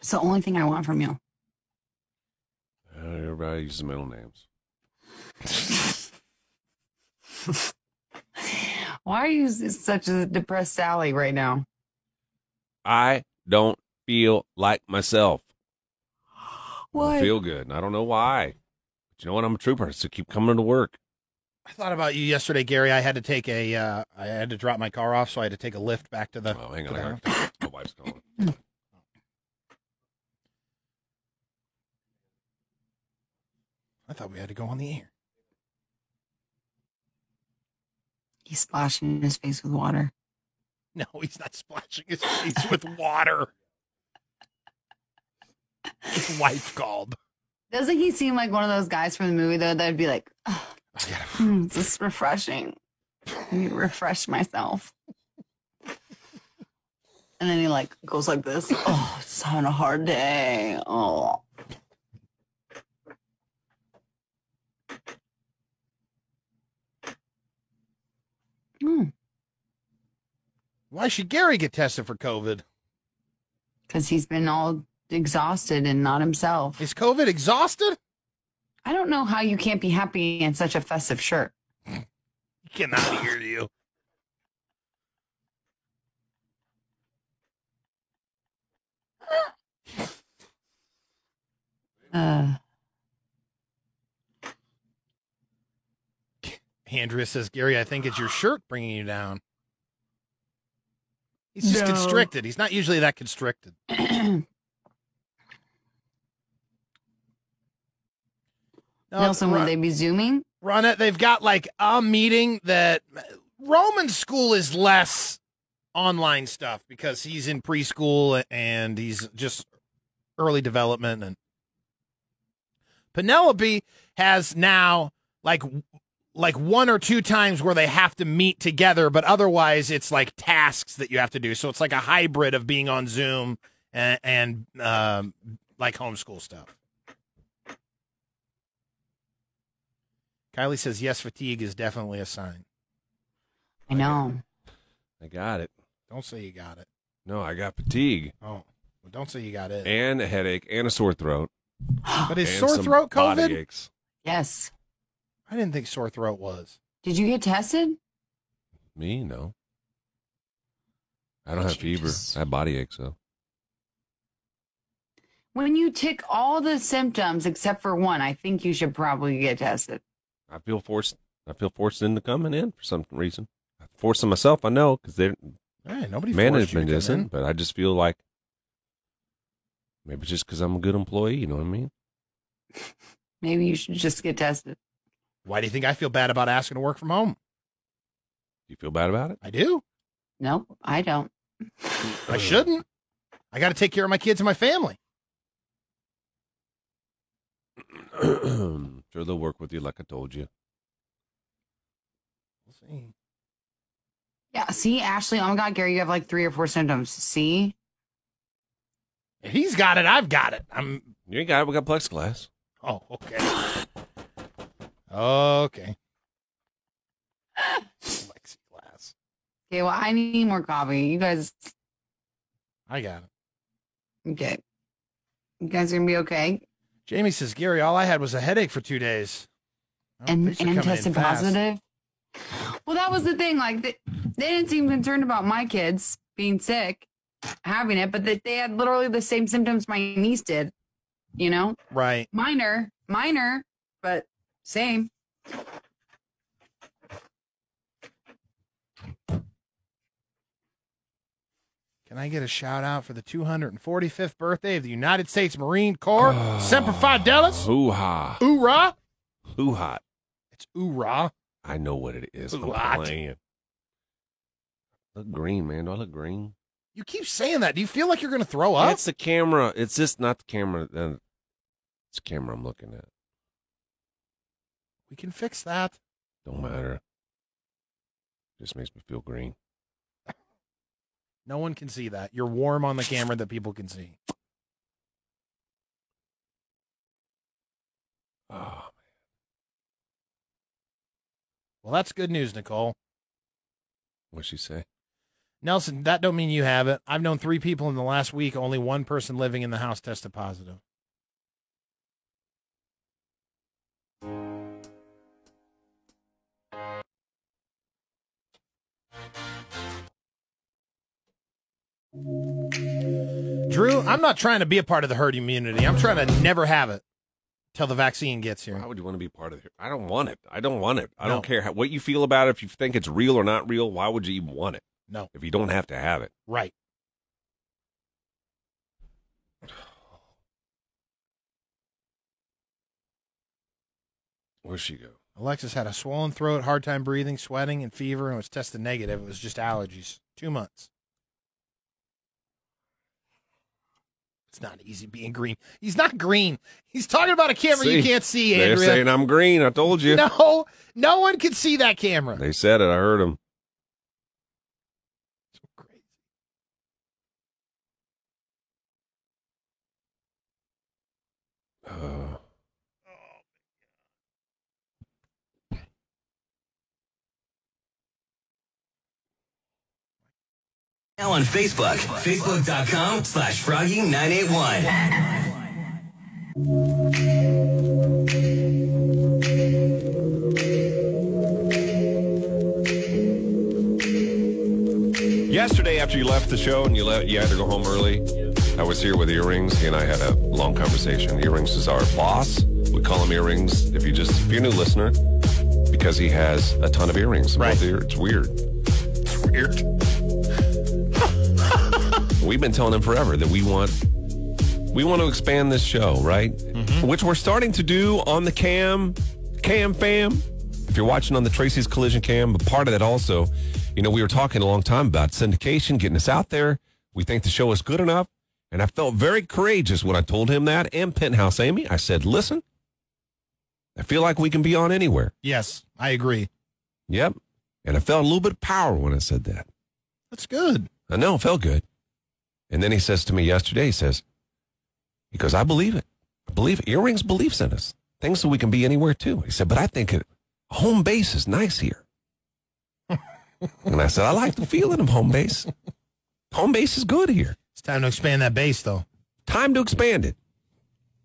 S3: It's the only thing I want from you.
S1: Uh, Everybody uses middle names.
S3: Why are you s- such a depressed Sally right now?
S1: I don't feel like myself. I
S3: Why?
S1: feel good. And I don't know why. But you know what? I'm a trooper, so keep coming to work.
S6: I thought about you yesterday, Gary. I had to take a, uh, I had to drop my car off, so I had to take a lift back to the.
S1: Oh, hang on.
S6: to
S1: I
S6: the
S1: gotta- My wife's calling.
S6: I thought we had to go on the air.
S3: He's splashing his face with water.
S6: No, he's not splashing his face with water. His wife called.
S3: Doesn't he seem like one of those guys from the movie though that'd be like, oh,
S6: I gotta-
S3: hmm, this is refreshing. Let me refresh myself. And then he like goes like this. Oh, it's having a hard day. Oh. Hmm.
S6: Why should Gary get tested for COVID?
S3: because he's been all exhausted and not himself.
S6: Is COVID exhausted?
S3: I don't know how you can't be happy in such a festive shirt.
S6: Cannot hear you.
S3: Uh,
S6: Andrea says, Gary, I think it's your shirt bringing you down. He's just
S3: No.
S6: constricted. He's not usually that constricted. No,
S3: Nelson, will
S6: Ron-
S3: they be zooming?
S6: Ronette, they've got like a meeting that Roman school is less online stuff because he's in preschool and he's just early development and Penelope has now like like one or two times where they have to meet together but otherwise it's like tasks that you have to do so it's like a hybrid of being on Zoom and, and um, like homeschool stuff. Kylie says yes fatigue is definitely a sign.
S3: I know.
S1: I got it.
S6: Don't say you got it.
S1: No, I got fatigue
S6: Oh, well, don't say you got it.
S1: and a headache and a sore throat.
S6: but is
S1: and
S6: sore
S1: some
S6: throat
S1: body
S6: COVID?
S1: aches.
S3: Yes.
S6: I didn't think sore throat was.
S3: Did you get tested?
S1: Me? No. I don't
S3: It
S1: have fever.
S3: changes.
S1: I have body aches, though.
S3: When you tick all the symptoms except for one, I think you should probably get tested.
S1: I feel forced. I feel forced into coming in for some reason. I'm forcing myself, I know, because they're
S6: Hey, nobody forced you to
S1: management
S6: come
S1: isn't,
S6: in.
S1: but I just feel like maybe it's just because I'm a good employee, you know what I mean?
S3: Maybe you should just get tested.
S6: Why do you think I feel bad about asking to work from home?
S1: You feel bad about it?
S6: I do.
S3: Nope, I don't.
S6: I shouldn't. I got to take care of my kids and my family.
S1: sure, they'll work with you, like I told you.
S6: We'll see.
S3: Yeah. See, Ashley. Oh my God, Gary, you have like three or four symptoms. See,
S6: If he's got it, I've got it. I'm.
S1: You ain't got it. We got plexiglass.
S6: Oh, okay. Okay. Plexiglass.
S3: okay. Well, I need more coffee. You guys,
S6: I got it.
S3: okay. You guys are gonna be okay.
S6: Jamie says, Gary, all I had was a headache for two days. Oh,
S3: and
S6: things are
S3: and
S6: coming in
S3: tested
S6: fast.
S3: positive. Well, that was the thing. Like they, they didn't seem concerned about my kids being sick, having it, but that they had literally the same symptoms my niece did. You know,
S6: Right.
S3: minor, minor, but same.
S6: Can I get a shout out for the 245th birthday of the United States Marine Corps? Semper Fidelis?
S1: Hoo ha.
S6: Hoorah!
S1: Hoo hot.
S6: It's hoorah.
S1: I know what it is.
S6: Hoo
S1: I'm
S6: hot.
S1: playing. Look green, man. Do I look green?
S6: You keep saying that. Do you feel like you're going to throw up?
S1: It's the camera. It's just not the camera. uh, It's the camera I'm looking at.
S6: we can fix that.
S1: Don't matter. Just makes me feel green.
S6: No one can see that. You're warm on the camera that people can see.
S1: Oh,
S6: Well, that's good news, Nicole.
S1: what'd she say?
S6: Nelson, that don't mean you have it. I've known three people in the last week. Only one person living in the house tested positive. Drew, I'm not trying to be a part of the herd immunity. I'm trying to never have it till the vaccine gets here.
S1: Why would you want to be part of it? I don't want it. I don't want it. I
S6: No.
S1: don't care how, what you feel about it. If you think it's real or not real, why would you even want it?
S6: No.
S1: If you don't have to have it.
S6: Right.
S1: Where'd she go?
S6: Alexis had a swollen throat, hard time breathing, sweating, and fever, and was tested negative. It was just allergies. Two months. It's not easy being green. He's not green. He's talking about a camera you
S1: See?
S6: can't see,
S1: They're
S6: Andrea.
S1: saying I'm green. I told you.
S6: No, no one can see that camera.
S1: They said it. I heard them.
S6: Crazy.
S1: Uh,
S5: Now on Facebook, facebook.com slash froggy981.
S1: Yesterday, after you left the show and you left, you had to go home early. I was here with earrings. He and I had a long conversation. Earrings is our boss. We call him earrings. If you just if you're a new listener, because he has a ton of earrings.
S6: Right.
S1: Both ear- It's weird. It's weird. We've been telling him forever that we want we want to expand this show, right? Which we're starting to do on the cam, cam fam. If you're watching on the Tracy's Collision Cam, but part of that also, you know, we were talking a long time about syndication, getting us out there. We think the show is good enough. And I felt very courageous when I told him that and Penthouse Amy. I said, listen, I feel like we can be on anywhere.
S6: Yes, I agree.
S1: Yep. And I felt a little bit of power when I said that.
S6: That's good.
S1: I know, it felt good. And then he says to me yesterday, he says, he goes, I believe it. I believe earrings believes in us. Thinks that we can be anywhere too. He said, but I think it, home base is nice here. and I said, I like the feeling of home base. Home base is good here.
S6: It's time to expand that base, though.
S1: Time to expand it,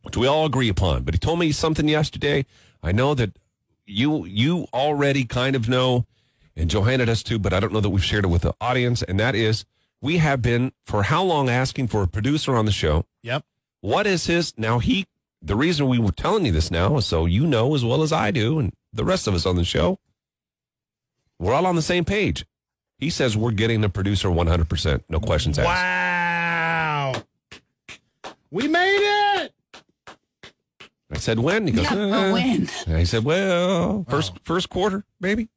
S1: which we all agree upon. But he told me something yesterday. I know that you you already kind of know, and Johanna does too, but I don't know that we've shared it with the audience. And that is, we have been for how long asking for a producer on the show.
S6: Yep.
S1: What is his now? He the reason we were telling you this now is so you know as well as I do, and the rest of us on the show. We're all on the same page. He says we're getting the producer 100%. No questions asked.
S6: Wow. We made it.
S1: I said, when? He goes,
S3: Yeah,
S1: "Uh,
S3: a win.
S1: And I said, "Well, first first quarter, maybe,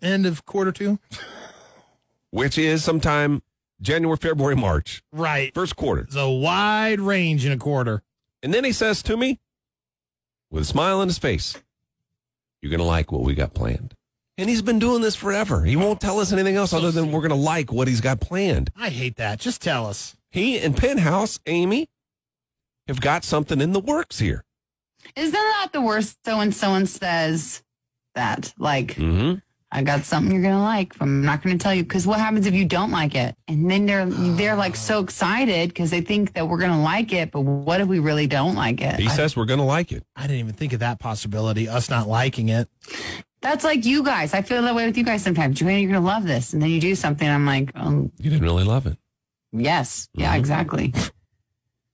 S6: End of quarter two.
S1: which is sometime January, February, March,
S6: Right.
S1: first quarter."
S6: It's a wide range in a quarter.
S1: And then he says to me, with a smile on his face, "You're gonna like what we got planned." And he's been doing this forever. He won't tell us anything else other than we're gonna like what he's got planned.
S6: I hate that. Just tell us.
S1: He and Penthouse Amy have got something in the works here.
S3: Isn't that the worst? So and so and says that. Like,
S1: Mm-hmm.
S3: I got something you're gonna like, but I'm not gonna tell you because what happens if you don't like it? And then they're they're like so excited because they think that we're gonna like it, but what if we really don't like it?
S1: He says we're gonna like it.
S6: I didn't even think of that possibility. Us not liking it.
S3: That's like you guys. I feel that way with you guys sometimes. Joanna, you're gonna love this, and then you do something. I'm like, um,
S1: You didn't really love it.
S3: yes, yeah,
S1: Mhm.
S3: exactly.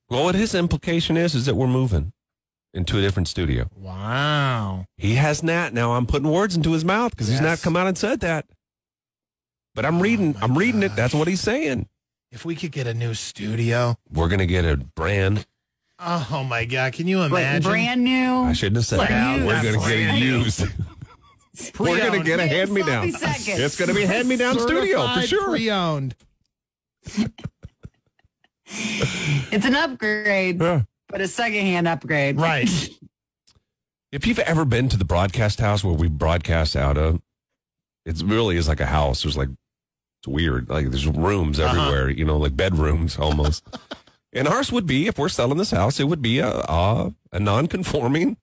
S1: Well, what his implication is is that we're moving into a different studio.
S6: Wow.
S1: He has not. Now I'm putting words into his mouth because he's not
S6: Yes. Oh
S1: come out and said that. But I'm reading.
S6: my
S1: I'm reading it.
S6: gosh.
S1: That's what he's saying.
S6: If we could get a new studio.
S1: We're gonna get a brand.
S6: Oh my God. Can you
S3: Like
S6: imagine?
S3: brand new.
S1: I shouldn't have said
S3: Like
S1: that.
S3: used.
S1: We're gonna
S6: Oh, That's
S1: get
S6: brand
S1: a used. We're gonna
S6: Pre-owned.
S1: get a
S3: It's
S1: hand me down.
S3: sloppy seconds.
S1: It's gonna be a hand me down studio for
S6: Certified
S1: sure.
S6: Pre-owned.
S3: It's an upgrade,
S1: Yeah.
S3: but a secondhand upgrade.
S6: Right.
S1: If you've ever been to the broadcast house where we broadcast out of, it really is like a house. There's like, it's weird. Like there's rooms
S6: Uh-huh.
S1: everywhere, you know, like bedrooms almost. and ours would be, if we're selling this house, it would be a, a, a non conforming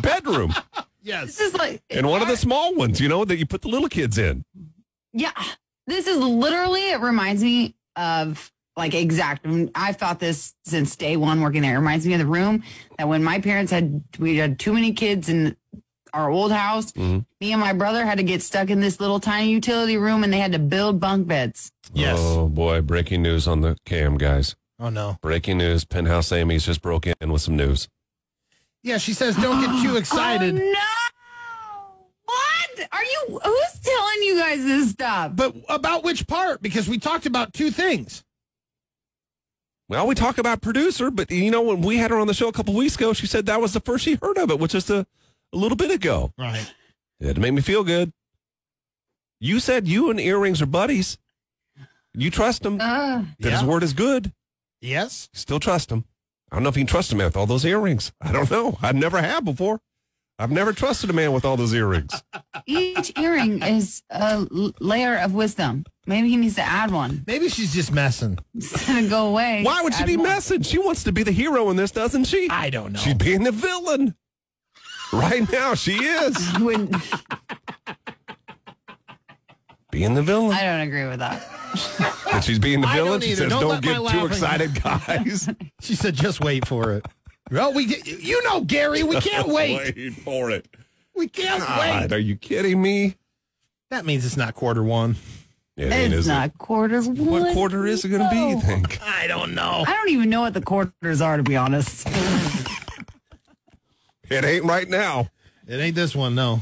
S1: bedroom
S3: This
S6: Yes.
S3: is like
S1: and one of the small ones, you know, that you put the little kids in.
S3: Yeah. This is literally, it reminds me of like exact. I've thought this since day one working there. It reminds me of the room that when my parents had, we had too many kids and our old house,
S2: Mm-hmm.
S3: me and my brother had to get stuck in this little tiny utility room and they had to build bunk beds.
S2: Yes. Oh,
S1: Oh boy, breaking news on the cam, guys.
S6: Oh,
S2: no.
S1: Breaking news. Penthouse Amy's just broke in with some news.
S2: Yeah, she says don't get too excited.
S3: Oh, no. What? Are you who's telling you guys this stuff?
S2: But about which part? Because we talked about two things.
S1: Well, we talk about producer, but you know, when we had her on the show a couple weeks ago, she said that was the first she heard of it, which is a, a little bit ago.
S2: Right.
S1: It made me feel good. You said you and earrings are buddies. You trust him.
S3: Ugh.
S1: that his
S2: yeah.
S1: word is good.
S2: Yes.
S1: Still trust him. I don't know if you can trust a man with all those earrings. I don't know. I never have before. I've never trusted a man with all those earrings.
S3: Each earring is a l- layer of wisdom. Maybe he needs to add one
S2: Maybe she's just messing.
S3: instead of go away.
S1: Why would she
S3: add
S1: be
S3: more.
S1: messing? She wants to be the hero in this, doesn't she?
S2: I don't know.
S1: She's being the villain. Right now, she is
S3: You wouldn't-
S1: being the villain.
S3: I don't agree with that.
S1: And she's being the
S2: I don't
S1: villain. She
S2: either.
S1: says,
S2: Don't
S1: "Don't
S2: let my
S1: get too
S2: laughing-
S1: excited, guys.
S2: She said just wait for it. Well, we did- you know Gary, we can't wait.
S1: for it.
S2: We can't
S1: God,
S2: wait.
S1: are you kidding me?
S2: That means it's not quarter one.
S1: It ain't,
S3: It's
S1: is it?
S3: not quarter one.
S1: What quarter is it going to be? You
S3: No.
S1: think?
S2: I don't know.
S3: I don't even know what the quarters are, to be honest.
S1: It ain't right now.
S2: It ain't this one, no.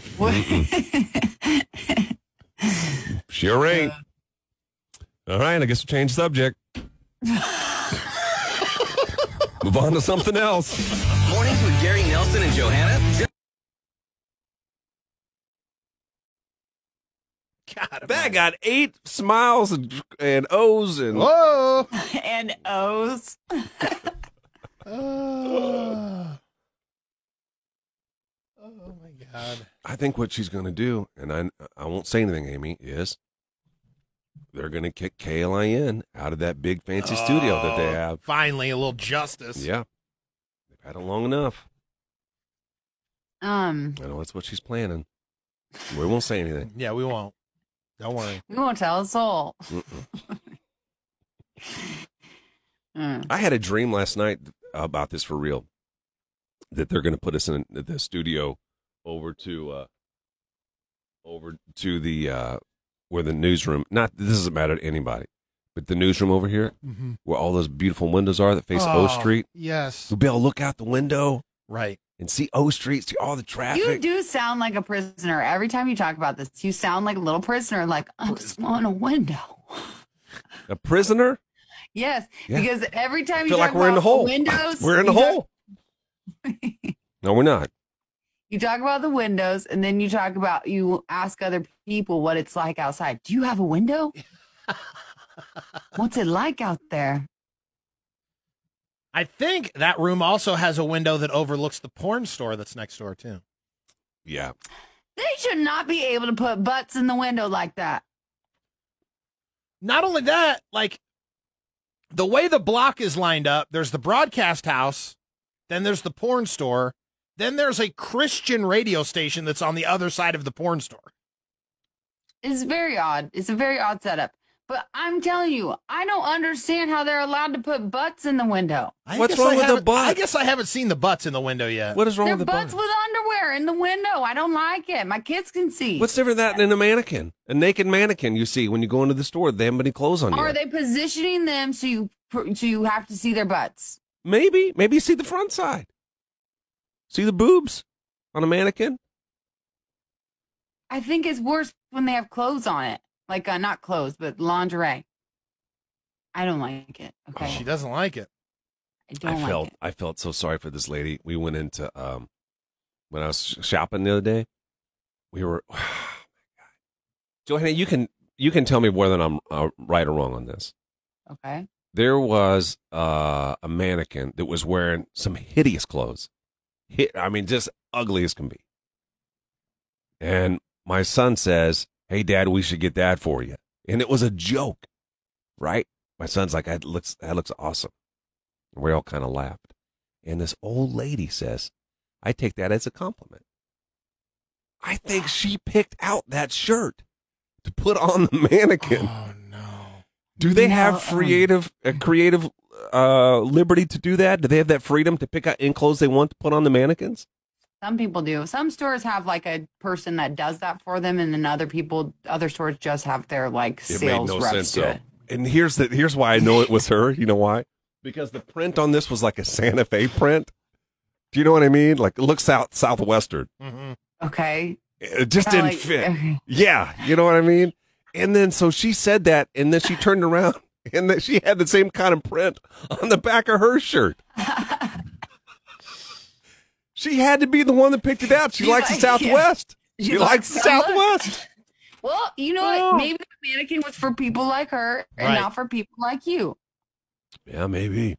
S1: Sure ain't. All right, I guess we'll change subject. Move on to something else.
S5: Mornings with Gary Nelson and Johanna.
S1: That got eight smiles and, and O's and
S2: Whoa.
S3: and O's.
S2: oh my god.
S1: I think what she's going to do, and I I won't say anything, Amy, is they're going to kick KLIN out of that big fancy studio that they have.
S6: Finally, a little justice.
S1: Yeah, they've had it long enough.
S3: Um,
S1: I know that's what she's planning. We won't say anything.
S6: Yeah, we won't.
S2: Don't worry.
S3: we won't tell a soul.
S1: Mm-mm.
S3: Mm.
S1: I had a dream last night about this for real. That they're going to put us in the studio over to uh over to the uh where the newsroom. Not this doesn't matter to anybody, but the newsroom over here
S2: Mm-hmm.
S1: where all those beautiful windows are that face O Street.
S2: Yes.
S1: We'll be able to look out the window
S2: Right.
S1: and see O Street, see all the traffic.
S3: You do sound like a prisoner every time you talk about this. You sound like a little prisoner, like I'm just on a window.
S1: A prisoner?
S3: Yes,
S1: Yeah.
S3: because every time
S1: I
S3: you
S1: feel
S3: talk
S1: like we're in the
S3: about
S1: hole.
S3: windows,
S1: We're in the
S3: you talk-
S1: hole. no, we're not.
S3: you talk about the windows, and then you talk about you ask other people what it's like outside. Do you have a window? What's it like out there?
S2: I think that room also has a window that overlooks the porn store that's next door too.
S1: Yeah.
S3: They should not be able to put butts in the window like that.
S2: Not only that, like the way the block is lined up, there's the broadcast house, then there's the porn store, then there's a Christian radio station that's on the other side of the porn store.
S3: It's very odd. It's a very odd setup. But I'm telling you, I don't understand how they're allowed to put butts in the window.
S2: I
S1: What's
S2: guess
S1: wrong
S2: I
S1: with the
S2: haven't- I
S1: butt?
S2: guess I haven't seen the butts in the window
S6: Uh,
S2: yet.
S1: What is wrong
S3: Their
S1: with the
S3: butts
S1: button?
S3: with underwear in the window. I don't like it. My kids can see.
S1: What's different than that than a mannequin? A naked mannequin you see when you go into the store. They haven't any clothes on
S3: Are
S1: yet.
S3: they positioning them so you so you have to see their butts?
S1: Maybe. Maybe you see the front side. See the boobs on a mannequin?
S3: I think it's worse when they have clothes on it, like uh, not clothes, but lingerie. I don't like it. Okay,
S2: She doesn't like it.
S3: I don't like
S1: felt
S3: it.
S1: Oh, I felt so sorry for this lady. We went into um when I was sh- shopping the other day. We were oh my God. Johanna, you can you can tell me whether I'm uh, right or wrong on this.
S3: Okay,
S1: There was uh, a mannequin that was wearing some hideous clothes. Hi I mean, just ugly as can be. And my son says, "Hey, Dad, we should get that for you." And it was a joke, right? My son's like, "That looks that looks awesome." And we all kind of laughed. And this old lady says, "I take that as a compliment." I think she picked out that shirt to put on the mannequin.
S2: Oh no.
S1: Do they
S3: No, um,
S1: have creative uh, creative uh, liberty to do that? Do they have that freedom to pick out any clothes they want to put on the mannequins?
S3: Some people do. Some stores have like a person that does that for them, and then other people, other stores just have their like
S1: It
S3: sales
S1: made no
S3: reps
S1: sense
S3: do
S1: though.
S3: it.
S1: And here's the here's why I know it was her. You know why? Because the print on this was like a Santa Fe print. Do you know what I mean? Like it looks out southwestern.
S3: Okay,
S1: It just
S3: Kinda
S1: didn't
S3: like-
S1: fit.
S3: okay.
S1: Yeah, you know what I mean? And then so she said that and then she turned around and that she had the same kind of print on the back of her shirt. she had to be the one that picked it out. She
S3: She
S1: likes the
S3: like- yeah.
S1: Southwest.
S3: She
S1: She likes
S3: likes
S1: the
S3: Southwest.
S1: Southwest.
S3: Well, you know what? Maybe the mannequin was for people like her and
S2: Right.
S3: not for people like you.
S1: Yeah, maybe.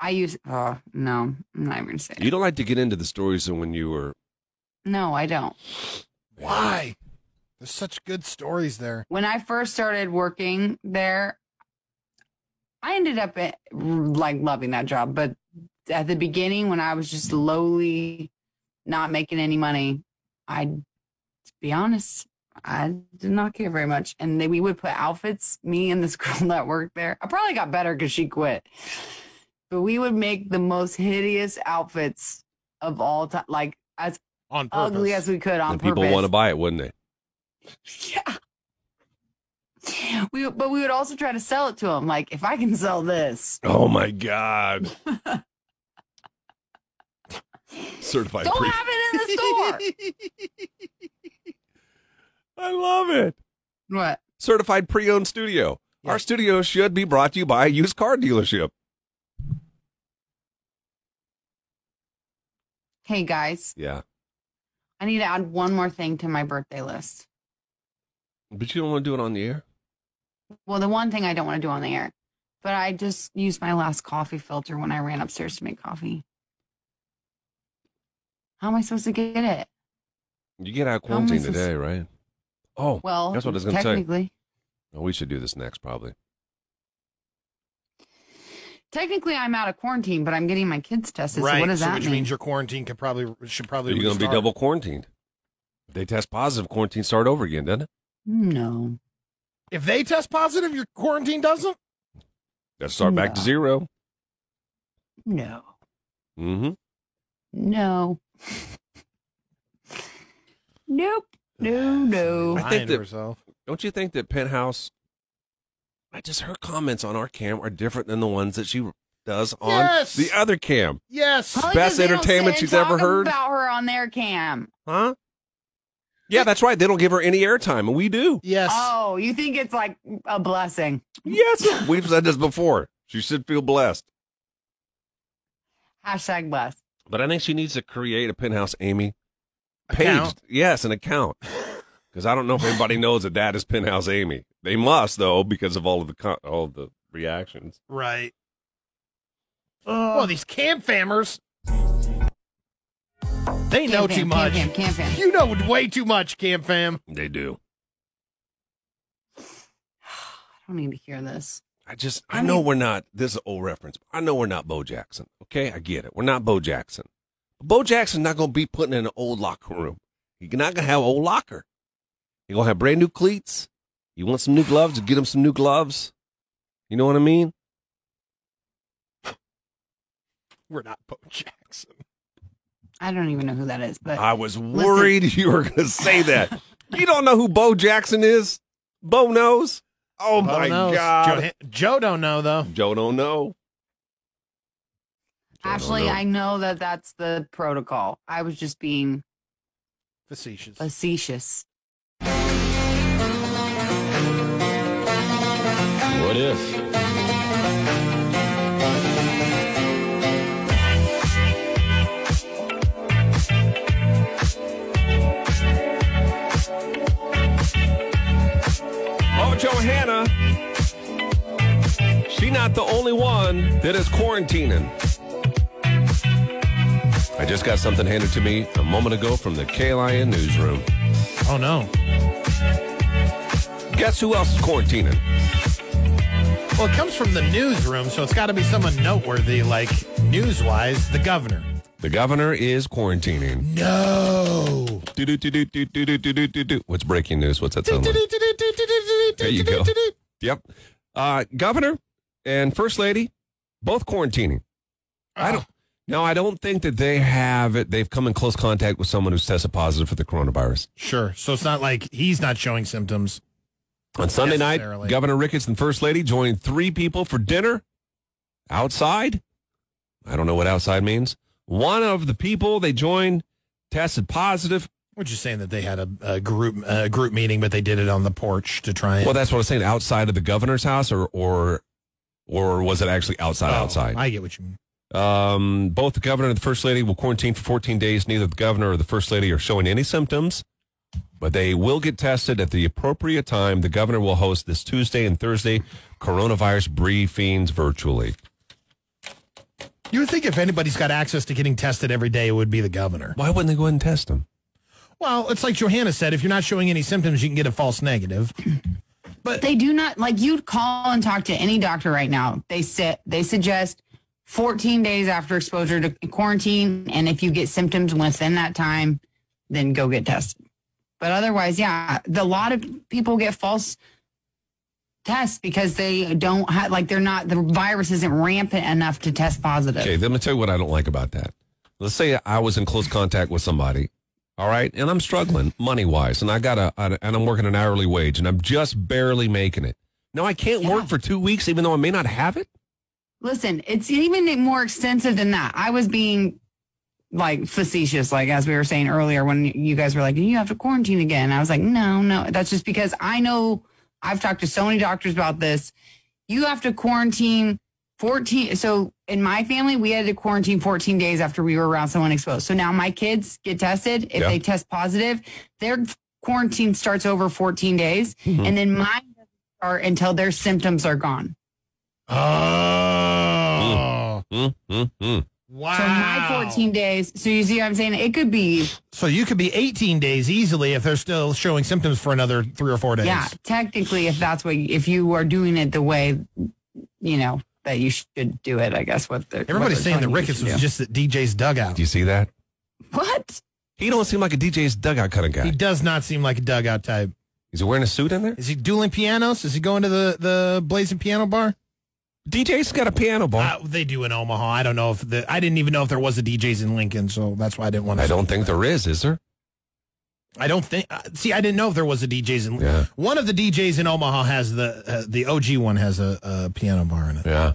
S3: I use. Oh no, I'm not even gonna say.
S1: You
S3: It.
S1: don't like to get into the stories of when you were
S3: No, I don't.
S2: Why? There's such good stories there.
S3: When I first started working there, I ended up eh, like loving that job, but at the beginning, when I was just lowly, not making any money, I, to be honest, I did not care very much. And then we would put outfits, me and this girl that worked there. I probably got better because she quit. But we would make the most hideous outfits of all time, like as
S2: On purpose.
S3: ugly as we could on
S1: the
S3: purpose.
S1: people want to buy it, wouldn't they?
S3: yeah. We but we would also try to sell it to them. Like if I can sell this,
S1: Oh my God. Certified
S3: don't
S1: pre-
S3: have it in the store.
S1: I love it.
S3: what?
S1: certified pre-owned studio. Our studio should be brought to you by a used car dealership.
S3: Hey guys,
S1: Yeah,
S3: I need to add one more thing to my birthday list.
S1: but you don't want to do it on the air.
S3: Well, the one thing I don't want to do on the air, but I just used my last coffee filter when I ran upstairs to make coffee. How am I supposed to get it?
S1: You get out of
S3: How am I
S1: quarantine
S3: supposed-
S1: today, right? Oh,
S3: Well,
S1: That's what I was gonna say.
S3: technically,
S1: well, we should do this next, probably.
S3: technically I'm out of quarantine, but I'm getting my kids tested.
S2: right.
S3: So what does that
S2: which
S3: mean?
S2: means your quarantine could probably should probably
S1: You're going to be
S2: restart.
S1: double quarantined. If they test positive, quarantine start over again, doesn't it?
S3: Hmm, no.
S2: If they test positive, your quarantine doesn't.
S1: That's start back to
S3: No.
S1: zero.
S3: No.
S1: Mm-hmm.
S3: No. nope. No, no.
S1: I think
S2: Lying
S1: that-
S2: to herself.
S1: Don't you think that Penthouse? I just her comments on our cam are different than the ones that she does on
S2: Yes!
S1: the other cam,
S2: Yes.
S3: Probably
S1: Best
S3: 'cause they don't
S1: entertainment
S3: sit and
S1: she's ever
S3: talk
S1: heard.
S3: about her on their cam.
S1: huh? Yeah, that's right. They don't give her any airtime, and we do.
S2: Yes.
S3: Oh, you think it's like a blessing?
S1: Yes, we've said this before. She should feel blessed.
S3: Hashtag bless.
S1: But I think she needs to create a penthouse Amy page.
S2: Account.
S1: Yes, an account. Because I don't know if anybody knows that that is penthouse Amy. They must though, because of all of the con- all of the reactions.
S2: Right.
S3: Uh,
S2: well, these cam fammers, they know
S3: Cam
S2: too
S3: fam,
S2: much.
S3: Cam fam, cam fam.
S2: You know way too much, cam fam.
S1: They do.
S3: I don't need to hear this.
S1: I just I,
S3: I
S1: know
S3: mean-
S1: we're not. This is an old reference. I know we're not Bo Jackson. Okay, I get it. We're not Bo Jackson. Bo Jackson's not going to be putting in an old locker room. He's not going to have an old locker. He's going to have brand new cleats. You want some new gloves? Get him some new gloves. You know what I mean?
S2: We're not Bo Jackson.
S3: I don't even know who that is, but
S1: I was worried you were going to say that. you don't know who Bo Jackson is? Bo knows. Oh
S2: Bo
S1: my
S2: knows.
S1: God.
S2: Joe, Joe don't know though.
S1: Joe don't know. Joe don't
S3: actually,
S1: know.
S3: I know that that's the protocol. I was just being
S2: Facetious.
S3: facetious.
S8: What if?
S1: Oh, Johanna. She not the only one that is quarantining. I just got something handed to me a moment ago from the KLIN newsroom.
S2: oh no.
S1: Guess who else is quarantining?
S2: Well, it comes from the newsroom, so it's got to be someone noteworthy, like news-wise, the governor.
S1: The governor is quarantining.
S2: No.
S1: Do-do-do-do-do-do-do-do-do-do. What's breaking news? What's that sound like? There you go. Yep.
S2: Ah.
S1: Uh, governor and first lady both quarantining. I don't. No, I don't think that they have it. They've come in close contact with someone who's tested positive for the coronavirus.
S6: Sure. So it's not like he's not showing symptoms.
S1: On Sunday night,
S6: Necessarily.
S1: Governor Ricketts and First Lady joined three people for dinner outside. I don't know what outside means. One of the people they joined tested positive.
S6: What you saying that they had a, a group a group meeting, but they did it on the porch to try and.
S1: Well, that's what I was saying. Outside of the governor's house, or or or was it actually outside?
S6: Oh,
S1: outside.
S6: I get what you mean.
S1: Um, both the governor and the first lady will quarantine for 14 days. Neither the governor or the first lady are showing any symptoms, but they will get tested at the appropriate time. The governor will host this Tuesday and Thursday coronavirus briefings virtually.
S6: You would think if anybody's got access to getting tested every day, it would be the governor.
S1: Why wouldn't they go ahead and test them?
S6: Well, it's like Johanna said if you're not showing any symptoms, you can get a false negative.
S3: They do not like you'd call and talk to any doctor right now. They sit they suggest 14 days after exposure to quarantine and if you get symptoms within that time, then go get tested. But otherwise, yeah, the lot of people get false tests because they don't have like they're not the virus isn't rampant enough to test positive.
S1: Okay, let me tell you what I don't like about that. Let's say I was in close contact with somebody, all right, and I'm struggling money wise, and I got a and I'm working an hourly wage, and I'm just barely making it. No, I can't
S3: Yeah.
S1: work for two weeks, even though I may not have it.
S3: Listen, it's even more extensive than that. I was being like facetious, like as we were saying earlier when you guys were like, you have to quarantine again. I was like, no, no, that's just because I know I've talked to so many doctors about this. You have to quarantine 14. So in my family, we had to quarantine 14 days after we were around someone exposed. So now my kids get tested. If
S1: Yeah.
S3: they test positive, their quarantine starts over 14 days. And then mine doesn't start until their symptoms are gone.
S6: Oh.
S1: Mm, mm, mm.
S6: Wow.
S3: So my 14 days. So you see what I'm saying? It could be,
S6: So you could be 18 days easily if they're still showing symptoms for another three or four days.
S3: yeah, technically, if that's what, if you are doing it the way, you know, that you should do it, I guess what they're. what
S6: Everybody's
S3: they're
S6: saying that
S3: telling you
S6: Ricketts
S3: to
S6: was
S3: do.
S6: just at DJ's dugout.
S1: Do you see that?
S3: What?
S1: He don't seem like a DJ's dugout kind of
S6: He
S1: guy.
S6: does not seem like a dugout type.
S1: Is he wearing a suit in there?
S6: Is he dueling pianos? Is he going to the, the Blazing Piano Bar?
S1: DJ's got a piano bar.
S6: Uh, they do in Omaha. I don't know if the, I didn't even know if there was a DJ's in Lincoln, so that's why I didn't want to.
S1: I don't think there is, is there?
S6: I don't think. Uh, see, I didn't know if there was a DJ's in.
S1: Yeah.
S6: One of the DJs in Omaha has the uh, the OG one has a, a piano bar in it.
S1: Yeah.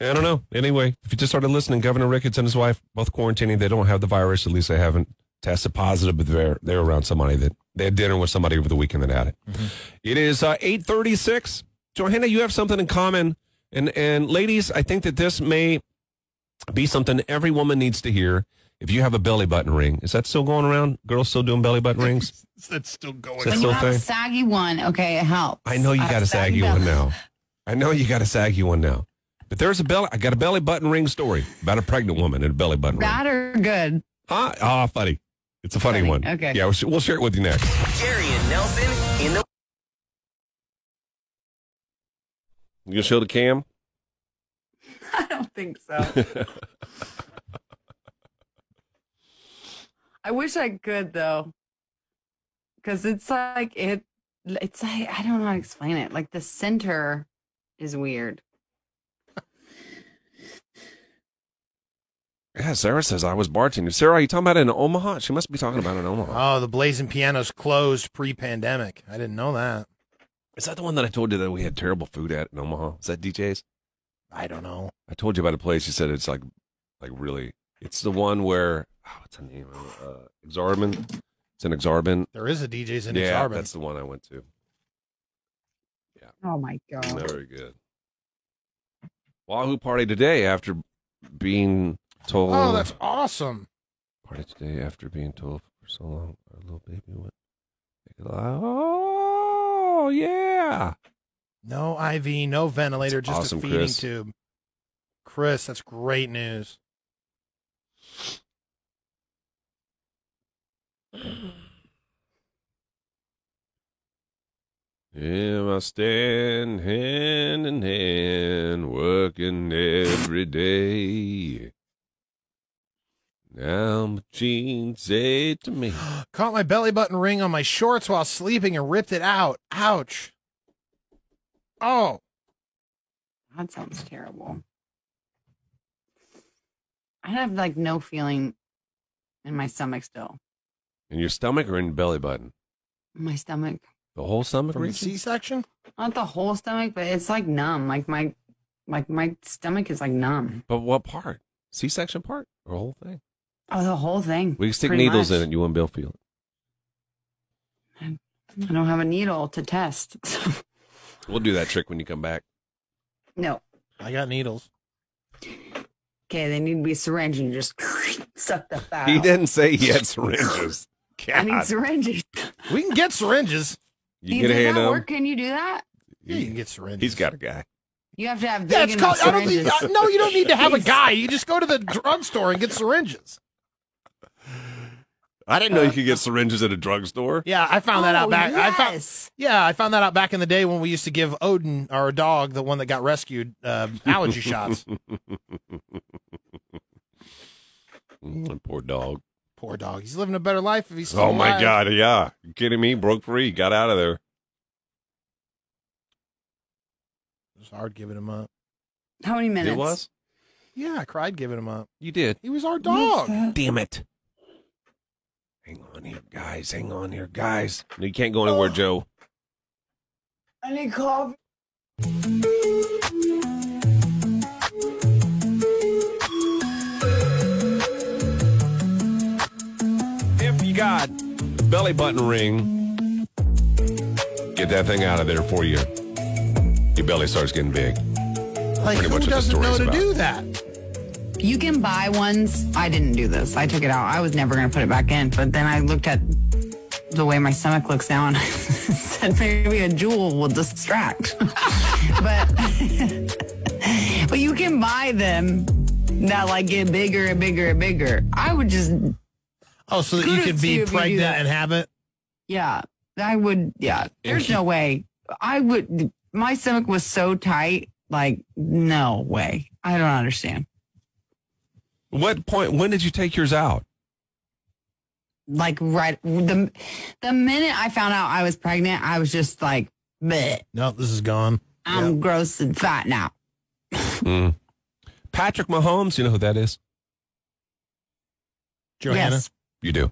S1: I don't know. Anyway, if you just started listening, Governor Ricketts and his wife both quarantining. They don't have the virus. At least they haven't tested positive, but they're they're around somebody that they had dinner with somebody over the weekend that had it. It is uh, eight thirty six. Johanna, you have something in common, and and ladies, I think that this may be something every woman needs to hear. If you have a belly button ring, is that still going around? Girls still doing belly button rings?
S2: That's still going.
S1: That's
S3: When you
S1: the
S3: have a
S1: thing.
S3: saggy one, okay, it helps.
S1: I know you
S3: I
S1: got a
S3: have saggy
S1: saggy one
S3: belly.
S1: now. I know you got a saggy one now. But there's a belly. I got a belly button ring story about a pregnant woman and a belly button ring.
S3: Bad or good?
S1: Huh? Ah, funny. It's a funny,
S3: Funny,
S1: one.
S3: okay.
S1: Yeah, we'll, sh- we'll share it with you next.
S5: Jerry and Nelson in the
S1: You gonna show the cam?
S3: I don't think so. I wish I could though, because it's like it. It's like I don't know how to explain it. Like the center is weird.
S1: Yeah, Sarah says I was bartending. Sarah, are you talking about it in Omaha? She must be talking about it in Omaha.
S6: Oh, the Blazing Pianos closed pre-pandemic. I didn't know that.
S1: Is that the one that I told you that we had terrible food at in Omaha? Is that DJ's?
S6: I don't know.
S1: I told you about a place. You said it's like, like really. It's the one where oh, what's the name? of it? Uh, Exarban. It's an Exarban.
S6: There is a DJ's in
S1: yeah,
S6: Exarban.
S1: that's the one I went to.
S3: Oh my
S6: Um,
S3: god!
S1: Very good. Wahoo party today after being told.
S6: oh, that's awesome.
S1: party today after being told for so long. Our little baby went. Oh yeah,
S6: No IV, no ventilator,
S1: That's
S6: just
S1: awesome,
S6: a feeding
S1: Chris.
S6: tube. Chris, that's great news.
S1: him I stand hand in hand, working every day. Now my jeans say to me,
S6: Caught my belly button ring on my shorts while sleeping and ripped it out. Ouch. Oh.
S3: That sounds terrible. I have like no feeling in my stomach still.
S1: In your stomach or in your belly button?
S3: My stomach,
S1: The whole stomach
S6: From the
S1: region?
S6: C-section?
S3: not the whole stomach, but it's like numb. Like my, like my stomach is like numb.
S1: But what part? C section part or whole thing?
S3: Oh, the whole thing.
S1: We can stick
S3: pretty
S1: needles
S3: much.
S1: in it. You won't be able to feel
S3: I don't have a needle to test.
S1: it. We'll do that trick when you come back.
S3: no.
S6: I got needles.
S3: Okay, they need to be syringe and just suck the foul.
S1: He didn't say he had syringes.
S3: I need
S1: God.
S3: syringes.
S6: We can get syringes.
S1: You
S3: did
S1: get a
S3: that
S1: hand on
S3: work?
S1: him.
S3: Can you do that?
S6: Yeah, you can get syringes.
S1: He's got a guy.
S3: You have to have big
S6: Yeah, it's
S3: enough
S6: called. I don't
S3: syringes.
S6: think, uh, no, you don't need to have a guy. You just go to the drugstore and get syringes.
S1: I didn't know
S3: Uh,
S1: you could get syringes at a drugstore.
S6: Yeah, I found that
S3: Oh,
S6: out back. I found.
S3: yes.
S6: Yeah, I found that out back in the day when we used to give Odin, our dog, the one that got rescued, uh, allergy shots.
S1: Mm, poor dog.
S6: Poor dog. He's living a better life if he's. Still
S1: Oh my
S6: alive.
S1: God. Yeah. You kidding me? Broke free. Got out of there.
S6: It was hard giving him up.
S3: How many minutes?
S1: It was?
S6: Yeah, I cried giving him up.
S1: You did.
S6: He was our dog.
S1: Damn it. Hang on here, guys. Hang on here, guys. No, you can't go anywhere, Joe.
S3: Oh. I need coffee.
S1: If you got the belly button ring, get that thing out of there for you. Your belly starts getting big.
S6: Like
S1: Pretty
S6: who
S1: much what the
S6: doesn't know
S1: story's
S6: to
S1: about.
S6: do that?
S3: You can buy ones. I didn't do this. I took it out. I was never going to put it back in. But then I looked at the way my stomach looks now and I said maybe a jewel will distract. but but you can buy them that like get bigger and bigger and bigger. I would just
S6: Oh, so that you
S3: Kudos
S6: can
S3: to you
S6: be
S3: if you do
S6: pregnant
S3: that.
S6: and have it.
S3: Yeah, I would. Yeah, there's no way. I would. My stomach was so tight. Like, no way. I don't understand.
S1: What point? When did you take yours out?
S3: Like, right the the minute I found out I was pregnant, I was just like, bleh,
S6: No, this is gone.
S3: I'm gross and fat now.
S1: Hmm. Patrick Mahomes. You know who that is?
S6: Johanna.
S3: Yes.
S1: You do.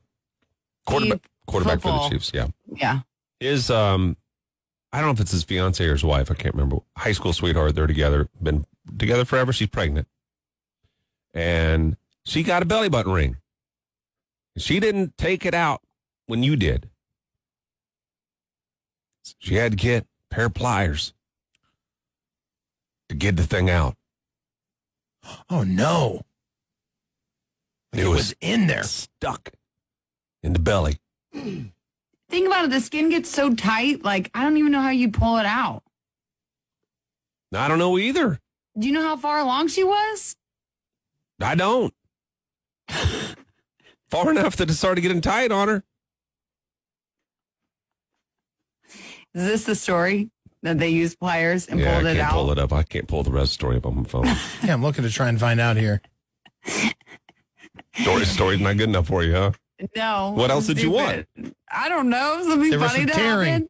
S1: Quarterback.
S3: He-
S1: Quarterback for
S3: football.
S1: the Chiefs. Yeah.
S3: yeah.
S1: His um, I don't know if it's his fiance or his wife. I can't remember. High school sweetheart. They're together. Been together forever. She's pregnant, and she got a belly button ring. She didn't take it out when you did. She had to get a pair of pliers to get the thing out.
S6: Oh no.
S1: It
S6: It
S1: was-
S6: was in there.
S1: Stuck in the belly.
S3: Think about it. The skin gets so tight. Like, I don't even know how you pull it out.
S1: I don't know either.
S3: Do you know how far along she was?
S1: I don't. Far enough that it started getting tight on her.
S3: Is this the story that they used pliers and
S1: yeah,
S3: pulled
S1: I
S3: it
S1: can't
S3: out?
S1: pull it up. I can't pull the rest of the story up on my phone.
S6: Yeah, I'm looking to try and find out here.
S1: story, story's not good enough for you, huh?
S3: No.
S1: What else did you want?
S3: Stupid. I don't know. Something
S6: There was
S3: funny
S6: some
S3: to
S6: tearing.
S3: happen.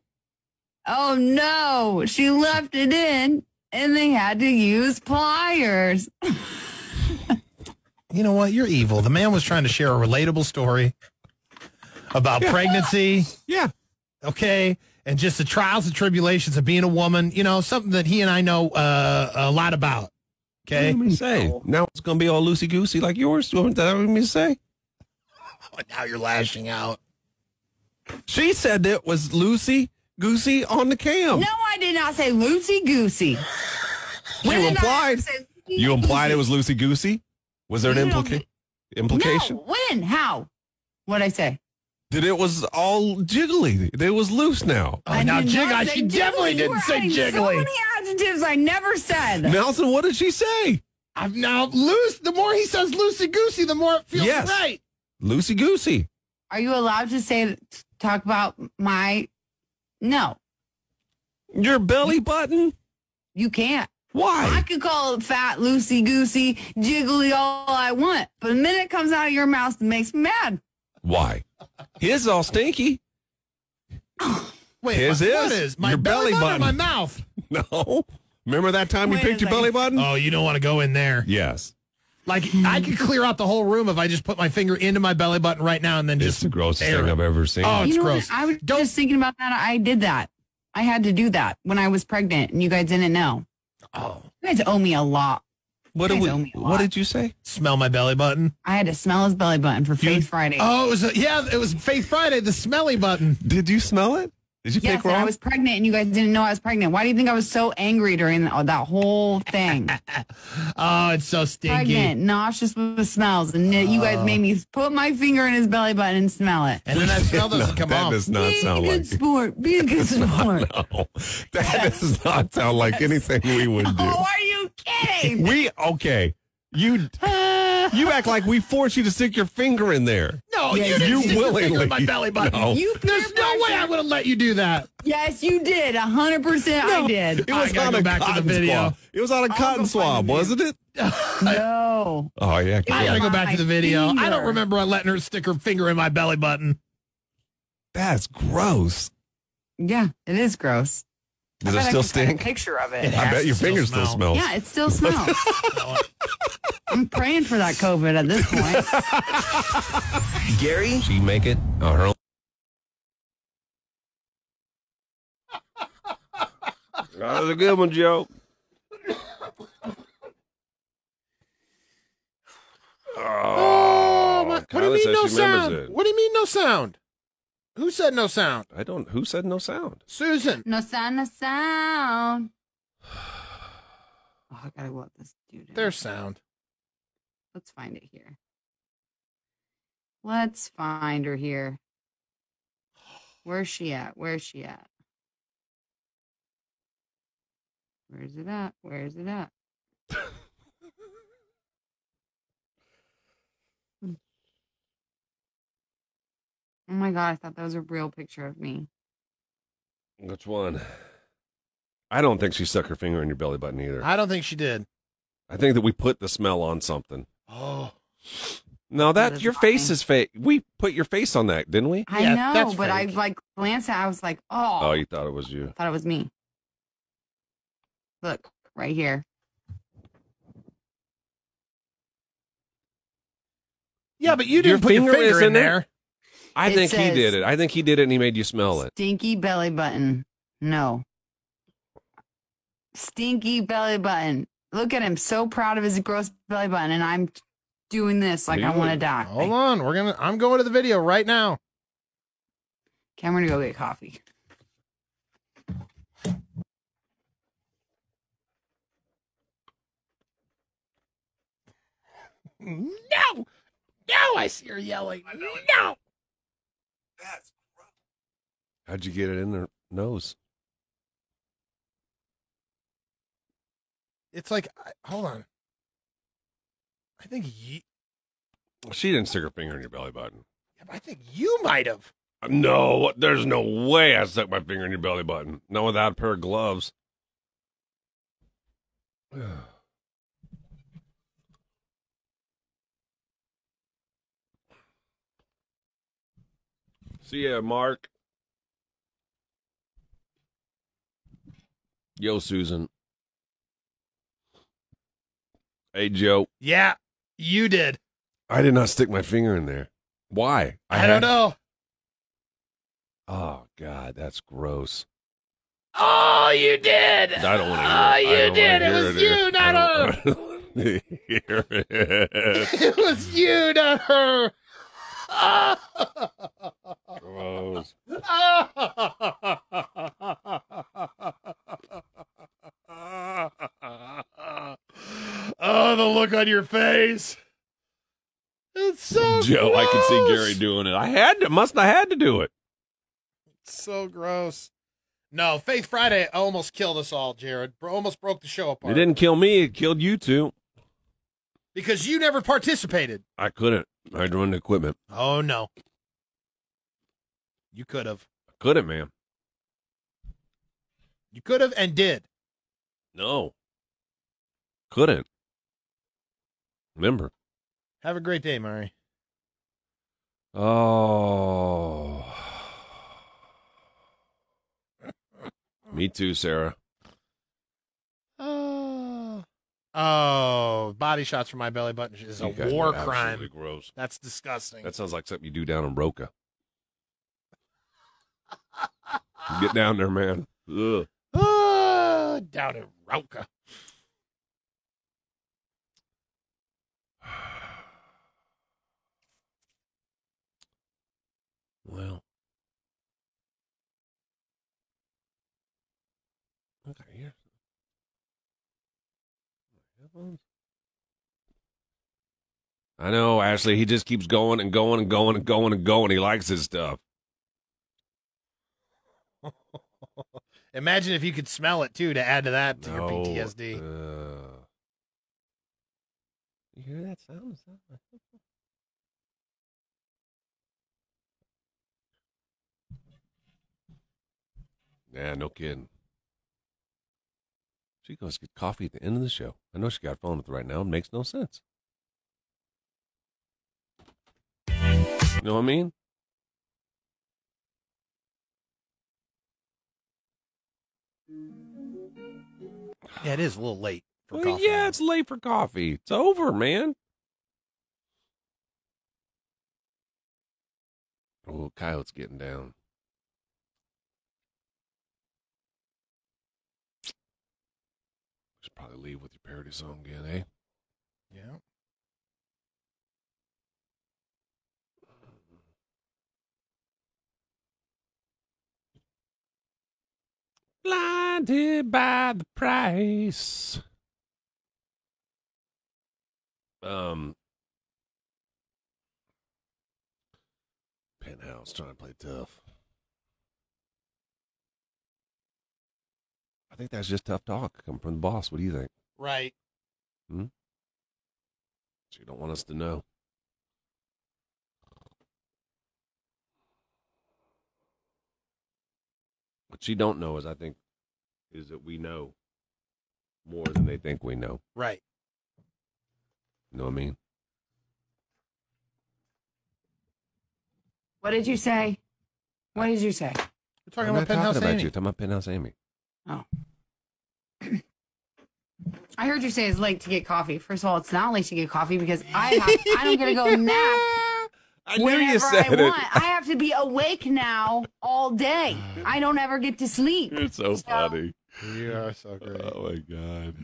S3: Oh no! She left it in, and they had to use pliers.
S6: You know what? You're evil. The man was trying to share a relatable story about pregnancy.
S1: Yeah.
S6: Okay. And just the trials and tribulations of being a woman, you know, something that he and I know uh, a lot about.
S1: What
S6: Okay.
S1: do you mean say? Now it's gonna be all loosey goosey like yours. Is that what you mean to say?
S6: Oh, Now you're lashing out.
S1: She said it was loosey goosey on the cam.
S3: No, I did not say loosey goosey. When
S1: you
S3: did I
S1: implied.
S3: ever say loosey-goosey?
S1: You implied it was loosey goosey. Was there an
S3: You don't-
S1: implica- implication?
S3: No, when? How? What'd I say?
S1: That it was all jiggly. It was loose now.
S6: Oh,
S3: I
S6: now
S3: did not
S6: jiggly.
S3: say
S6: She
S3: jiggly.
S6: definitely
S3: You
S6: didn't
S3: were
S6: say
S3: adding So
S6: jiggly.
S3: many adjectives I never said.
S1: Nelson, what did she say?
S6: I'm now loose. The more he says loosey goosey, the more it feels
S1: Yes.
S6: right.
S1: Loosey goosey.
S3: Are you allowed to say talk about my? No,
S1: Your belly button?
S3: you can't. I
S1: Why?
S3: could call it fat, loosey goosey, jiggly all I want, but the minute it comes out of your mouth, it makes me mad.
S1: Why? His all stinky.
S6: Wait,
S1: His
S6: my-
S1: is
S6: what is my
S1: your
S6: belly,
S1: belly
S6: button, or my
S1: button.
S6: mouth?
S1: No. Remember that time you
S3: Wait a
S1: picked your
S3: second.
S1: belly
S9: Oh,
S1: button?
S6: Oh, you don't want to go in there.
S1: Yes.
S6: Like I could clear out the whole room if I just put my finger into my belly button right now and then
S9: It's
S6: just
S9: the grossest
S6: air
S9: thing
S6: it.
S9: I've ever seen.
S6: Oh, it's
S3: you know
S6: gross.
S3: what? I was just thinking about that. I did that. I had to do that when I was pregnant, and you guys didn't know.
S6: Oh,
S3: You guys owe me a lot.
S9: what,
S3: you
S9: did
S3: guys
S9: we-
S3: owe me a
S9: what
S3: lot.
S9: did you say?
S6: smell my belly button.
S3: I had to smell his belly button for Faith Friday.
S6: Oh, it was a, yeah, it was Faith Friday, the smelly button.
S9: Did you smell it? Did you
S3: yes,
S9: pick
S3: and
S9: wrong?
S3: I was pregnant, and you guys didn't know I was pregnant. Why do you think I was so angry during the, that whole thing?
S6: Oh, it's so stinky.
S3: pregnant, nauseous with the smells, and yet you guys made me put my finger in his belly button and smell it.
S6: And then that smell doesn't come
S9: that
S6: off.
S9: does not
S3: be a
S9: sound
S3: good
S9: like
S3: sport. Be a good sport.
S9: no. That does not sound like anything we would do.
S3: Oh, are you kidding?
S9: We okay. You you act like we force you to stick your finger in there.
S6: no,
S3: Yeah,
S6: you didn't
S9: you
S6: stick your
S9: willingly-
S6: finger in my belly button.
S9: No.
S3: You
S6: There's no way I would have let you do that.
S3: Yes, you did. hundred percent, I did.
S9: It was
S6: gotta
S9: on
S6: go
S9: a
S6: back to the
S9: cotton
S6: video.
S9: swab. It was on a cotton
S3: go find
S9: swab,
S3: the
S9: wasn't it?
S3: No.
S9: Oh yeah.
S6: I
S3: was
S9: cool.
S6: gotta go
S3: on
S6: back
S3: my
S6: to the video. I don't
S3: finger.
S6: remember I letting her stick her finger in my belly button.
S9: That's gross.
S3: Yeah, it is gross.
S9: Does
S3: I
S9: it
S3: bet I
S9: still
S3: can find a
S9: stink?
S3: picture of it.
S9: I
S6: has
S9: bet
S6: to
S9: your
S6: still
S9: finger still
S6: smell.
S9: smells.
S3: Yeah, it still smells. I'm praying for that COVID at this point.
S5: Gary
S9: She make it on her own. That was a good one, Joe.
S6: Oh, my, what do you
S9: Kyla
S6: mean
S9: says
S6: no
S9: she remembers
S6: sound?
S9: it.
S6: What do you mean no sound? Who said no sound?
S9: I don't. Who said no sound?
S6: Susan.
S3: No sound, no sound. Oh, I gotta go up this dude. in.
S6: There's sound.
S3: Let's find it here. Let's find her here. Where's she at? Where's she at? Where's it at? Where's it at? Hmm. oh my god, I thought that was a real picture of me.
S9: Which one? I don't think she stuck her finger in your belly button either.
S6: I don't think she did.
S9: I think that we put the smell on something.
S6: Oh.
S9: No, that,
S3: That is
S9: your face
S3: funny.
S9: is fake. We put your face on that, didn't we?
S3: I
S6: Yeah,
S3: know,
S6: that's
S3: but I
S6: fake.
S3: like glanced at it, I was like, oh,
S9: Oh, you thought it was you.
S3: thought it was me. Look, right here.
S6: Yeah, but you
S9: Your
S6: didn't put your
S9: finger
S6: finger
S9: is
S6: in
S9: in there?
S6: there.
S9: I
S3: It
S9: think
S3: says-
S9: he did it. I think he did it, and he made you smell it.
S3: Stinky belly button. No. Stinky belly button. Look at him, so proud of his gross belly button, and I'm doing this like I want to
S9: Dude,
S3: die.
S6: Hold on. We're gonna I'm going to the video right now.
S3: Okay, I'm gonna go get coffee.
S6: No! No, I see her yelling. No!
S1: That's
S9: How'd you get it in their nose?
S6: It's like I, hold on. I think you
S9: She didn't stick her finger in your belly button.
S6: I think you might have.
S9: No, there's no way I stuck my finger in your belly button. Not without a pair of gloves. See ya, Mark. Yo, Susan. Hey, Joe.
S6: Yeah, you did.
S9: I did not stick my finger in there. Why?
S6: I, don't know.
S9: Oh, God, that's gross.
S6: Oh, you did.
S9: I don't want to
S6: Oh,
S9: hear it.
S6: you did. It was you, not her.
S9: her.
S6: It was you, not her. Oh.
S9: gross.
S6: Oh, the look on your face. It's so
S9: Joe, I can see Gary
S6: gross.
S9: doing it. I had to, must I had to do it.
S6: So gross. No, Faith Friday almost killed us all, Jared. Bro- Almost broke the show apart.
S9: It didn't kill me. It killed you two.
S6: because you never participated.
S9: I couldn't. I had to run the equipment.
S6: Oh no, you could have.
S9: I couldn't, man.
S6: You could have and did.
S9: No. Couldn't. Remember.
S6: Have a great day, Murray.
S9: Oh. Me too, Sarah.
S6: Oh, oh,
S2: with body shots from my belly button is a
S1: You guys
S2: war
S1: are absolutely
S2: crime.
S1: Gross.
S2: That's disgusting.
S1: That sounds like something you do down in Roca. Get down there, man. Ugh.
S2: Ah, down in Rauca.
S1: Well. Okay, here. I know, Ashley. He just keeps going and going and going and going and going. He likes his stuff.
S2: Imagine if you could smell it too to add to that to your
S1: No,
S2: PTSD.
S1: uh, you hear that sound? Is that- Yeah, no kidding. She goes get coffee at the end of the show. I know she got phone with right now. It makes no sense. You know what I mean?
S2: Yeah, it is a little late for
S1: Well,
S2: coffee.
S1: yeah, it's late for coffee. It's over, man. Oh, coyote's getting down. Should probably leave with your parody song again, eh?
S2: yeah.
S1: Blinded by the price. Um, penthouse trying to play tough. I think that's just tough talk coming from the boss. What do you think?
S2: Right.
S1: She don't want us to know. What she don't know is, I think, is that we know more than they think we know.
S2: Right.
S1: You know what I mean?
S3: What did you say? What did you say?
S2: We're talking
S1: I'm
S2: about
S1: not
S2: penthouse
S1: talking about
S2: E. Amy.
S1: you. Talking about penthouse Amy.
S3: I heard you say it's late to get coffee. First of all, it's not late to get coffee because I have, I don't get to go nap
S1: I
S3: whenever I want. I have to be awake now all day. I don't ever get to sleep.
S1: It's so funny.
S2: You are so great.
S1: Oh my god.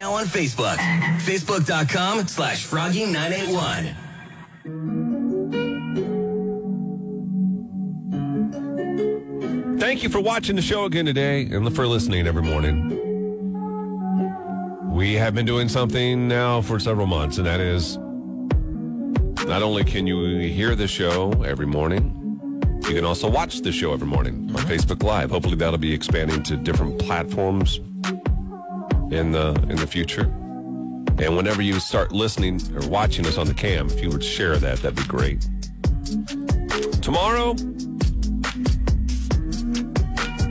S5: Now on Facebook. Facebook.com slash Froggy981.
S1: Thank you for watching the show again today and for listening every morning. We have been doing something now for several months, and that is not only can you hear the show every morning, you can also watch the show every morning on Facebook Live. Hopefully, that'll be expanding to different platforms in the in the future. And whenever you start listening or watching us on the cam, if you would share that, that'd be great. Tomorrow,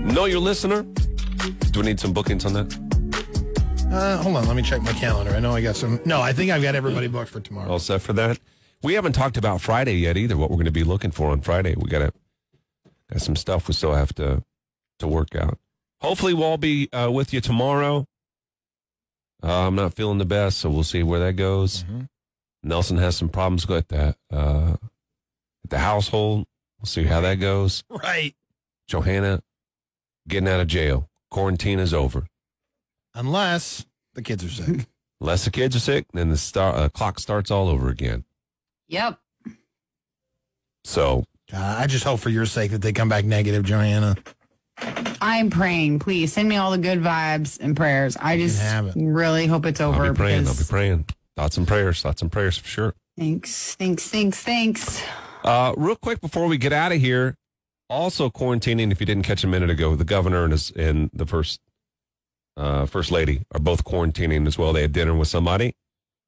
S1: Know your listener. Do we need some bookings on that?
S2: Uh, hold on, let me check my calendar. I know I got some. No, I think I've got everybody booked for tomorrow.
S1: All set for that. We haven't talked about Friday yet either. What we're going to be looking for on Friday. We got to got some stuff we still have to to work out. Hopefully, we'll all be uh, with you tomorrow. Uh, I'm not feeling the best, so we'll see where that goes.
S2: Mm-hmm.
S1: Nelson has some problems with that uh, at the household. We'll see how that goes.
S9: Oh.
S2: Right.
S1: Johanna getting out of jail. Quarantine is over.
S2: Unless the kids are sick.
S1: Unless the kids are sick, then the star, uh, clock starts all over again.
S3: Yep.
S1: So
S2: God, Uh, I just hope for your sake that they come back negative, Joanna.
S3: I'm praying. Please send me all the good vibes and prayers. I
S2: You
S3: just
S2: have it.
S3: really hope it's over.
S1: I'll be praying. I'll be
S3: because-
S1: praying. Thoughts and prayers. Thoughts and prayers for sure.
S3: Thanks, thanks, thanks, thanks.
S1: Uh, real quick before we get out of here, also quarantining. If you didn't catch a minute ago, the governor and his and the first uh, first lady are both quarantining as well. They had dinner with somebody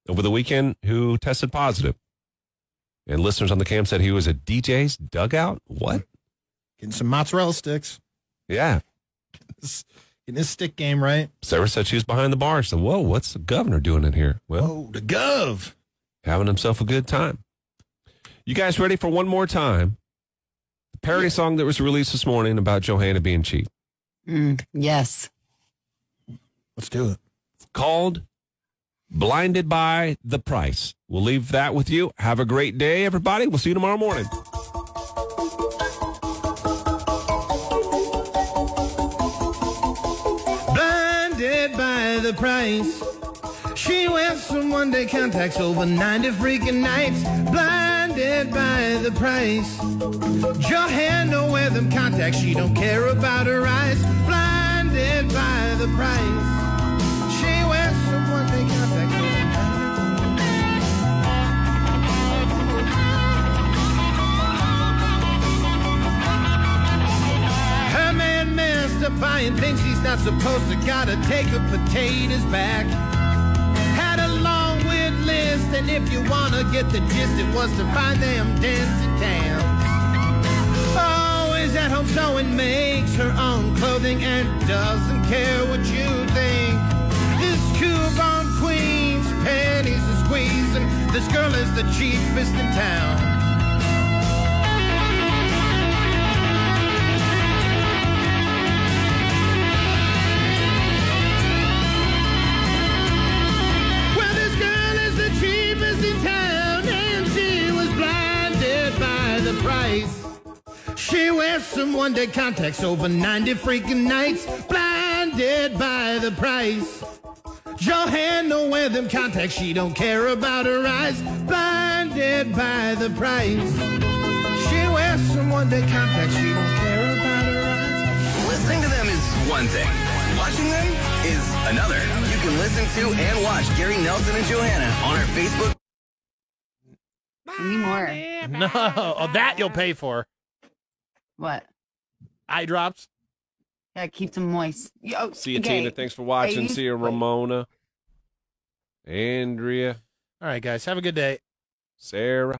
S1: over the weekend who tested positive. And listeners on the cam said he was at DJ's dugout. What?
S2: Getting some mozzarella sticks.
S1: Yeah.
S2: Getting his stick game right.
S1: Sarah said she was behind the bar. She said, "Whoa, what's the governor doing in here?" Well,
S2: Oh, the gov.
S1: having himself a good time. You guys ready for one more time? The parody song that was released this morning about Johanna being cheap.
S3: Mm, yes.
S2: Let's do it.
S1: It's called blinded by the price. We'll leave that with you. Have a great day, everybody. We'll see you tomorrow morning.
S6: Blinded by the price. She wears some one day contacts over 90 freaking nights. Blinded by the price. Johanna don't wear them contacts. She don't care about her eyes. Blinded by the price. She wears some one day contacts over 90 Her man master buying things he's not supposed to. Gotta take her potatoes back. Had a long weird list, and if you wanna get the gist, it was to find them dancing towns. Always at home sewing, makes her own clothing and doesn't care what you think. This coupon queen's panties are squeezing. This girl is the cheapest in town. Well, this girl is the cheapest in town, and she was blinded by the price. She wears some one day contacts over 90 freaking nights, blinded by the price. Johanna don't wear them contacts, she don't care about her eyes, blinded by the price. She wears some one day contacts, she don't care about her eyes.
S5: Listening to them is one thing. Watching them is another. You can listen to and watch Gary Nelson and Johanna on our Facebook
S3: Anymore.
S6: No, oh, that you'll pay for.
S3: What?
S6: Eye drops.
S3: Yeah, keep them moist. Y- Oh,
S1: See you,
S3: okay.
S1: Tina. Thanks for watching.
S3: Hey,
S1: See you,
S3: wait.
S1: Ramona, Andrea,
S6: All right, guys, have a good day.
S1: Sarah.